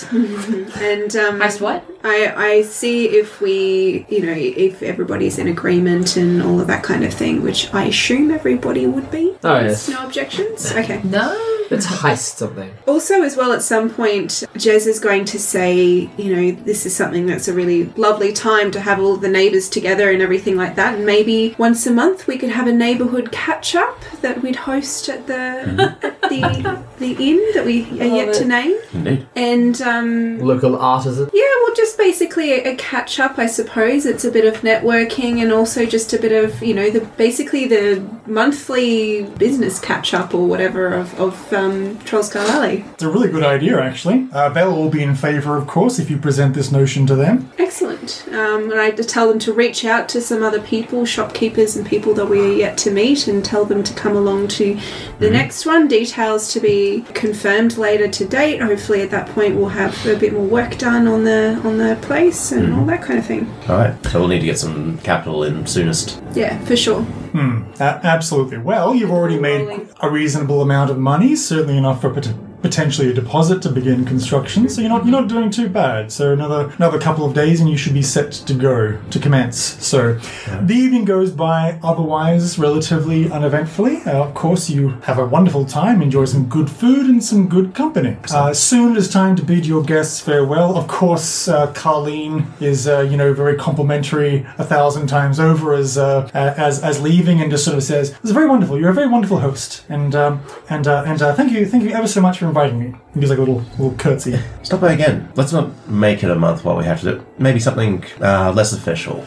S4: and um,
S10: Heist what?
S4: I I see if we, you know, if everybody's in agreement and all of that kind of thing, which I assume everybody would be.
S9: Oh,
S4: There's
S9: yes.
S4: No objections. Okay.
S10: No.
S9: It's heist something.
S4: Also, as well, at some point, Jez is going to say, you know, this is something that's a really lovely time to have all the neighbours together and everything like that. And maybe once a month we could have a neighbourhood catch up that we'd host at the at the the inn that we are yet to name.
S7: Indeed.
S4: And um,
S9: Local artisan.
S4: yeah, well, just basically a, a catch up, I suppose. It's a bit of networking and also just a bit of, you know, the basically the monthly business catch up or whatever of, of um, Trollscar Valley.
S3: it's a really good idea, actually. Uh, they'll all be in favour, of course, if you present this notion to them.
S4: Excellent. Um, and I had to tell them to reach out to some other people, shopkeepers, and people that we are yet to meet, and tell them to come along to the next one. Details to be confirmed later to date. Hopefully, at that point, we'll have a bit more work done on the on the place and all that kind of thing.
S7: All right. So we'll need to get some capital in soonest.
S4: Yeah, for sure.
S3: Uh, absolutely. Well, you've already made a reasonable amount of money, certainly enough for pot- potentially a deposit to begin construction. So you're not you're not doing too bad. So another another couple of days, and you should be set to go to commence. So the evening goes by otherwise relatively uneventfully. Uh, of course, you have a wonderful time, enjoy some good food and some good company. Uh, soon it is time to bid your guests farewell. Of course, uh, Carleen is uh, you know very complimentary a thousand times over as uh, as as leaving and just sort of says, "It's very wonderful. You're a very wonderful host, and um, and uh, and uh, thank you, thank you ever so much for inviting me." He gives like a little little curtsy.
S7: Stop by again. Let's not make it a month while we have to do Maybe something uh, less official.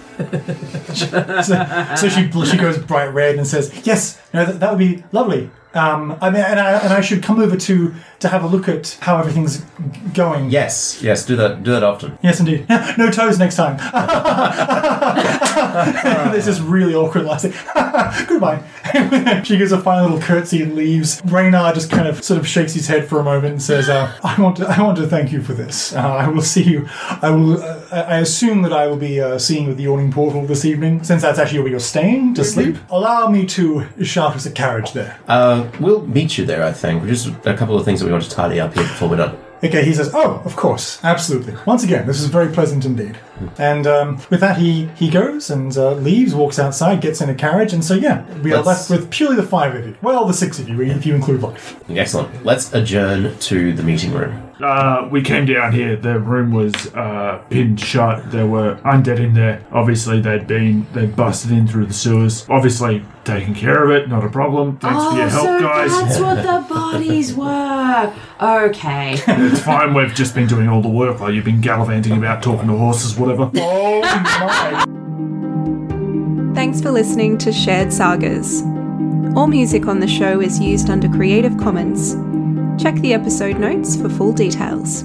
S3: so she she goes bright red and says, "Yes, no, that, that would be lovely." Um, I mean, and I, and I should come over to to have a look at how everything's going.
S7: Yes. Yes. Do that. Do that often.
S3: Yes, indeed. No, no toes next time. this is really awkward. Last thing. Goodbye. she gives a fine little curtsy and leaves. Reynard just kind of sort of shakes his head for a moment and says, uh, "I want to. I want to thank you for this. Uh, I will see you. I will. Uh, I I assume that I will be uh, seeing with the yawning portal this evening, since that's actually where you're staying to sleep. Allow me to shaft us a carriage there.
S7: Uh, we'll meet you there, I think. Just a couple of things that we want to tidy up here before we're done.
S3: Okay, he says, "Oh, of course, absolutely." Once again, this is very pleasant indeed. And um, with that, he he goes and uh, leaves, walks outside, gets in a carriage, and so yeah, we are
S7: Let's-
S3: left with purely the five of you. Well, the six of you, if you include life.
S7: Excellent. Let's adjourn to the meeting room.
S8: Uh, we came down here. The room was uh, pinned shut. There were undead in there. Obviously, they'd been they busted in through the sewers. Obviously, taking care of it, not a problem. Thanks for
S10: Oh,
S8: your help,
S5: Oh, so
S8: guys.
S5: that's what the bodies were. Okay.
S8: it's fine. We've just been doing all the work while you've been gallivanting about, talking to horses, whatever.
S3: Oh my!
S4: Thanks for listening to Shared Sagas. All music on the show is used under Creative Commons. Check the episode notes for full details.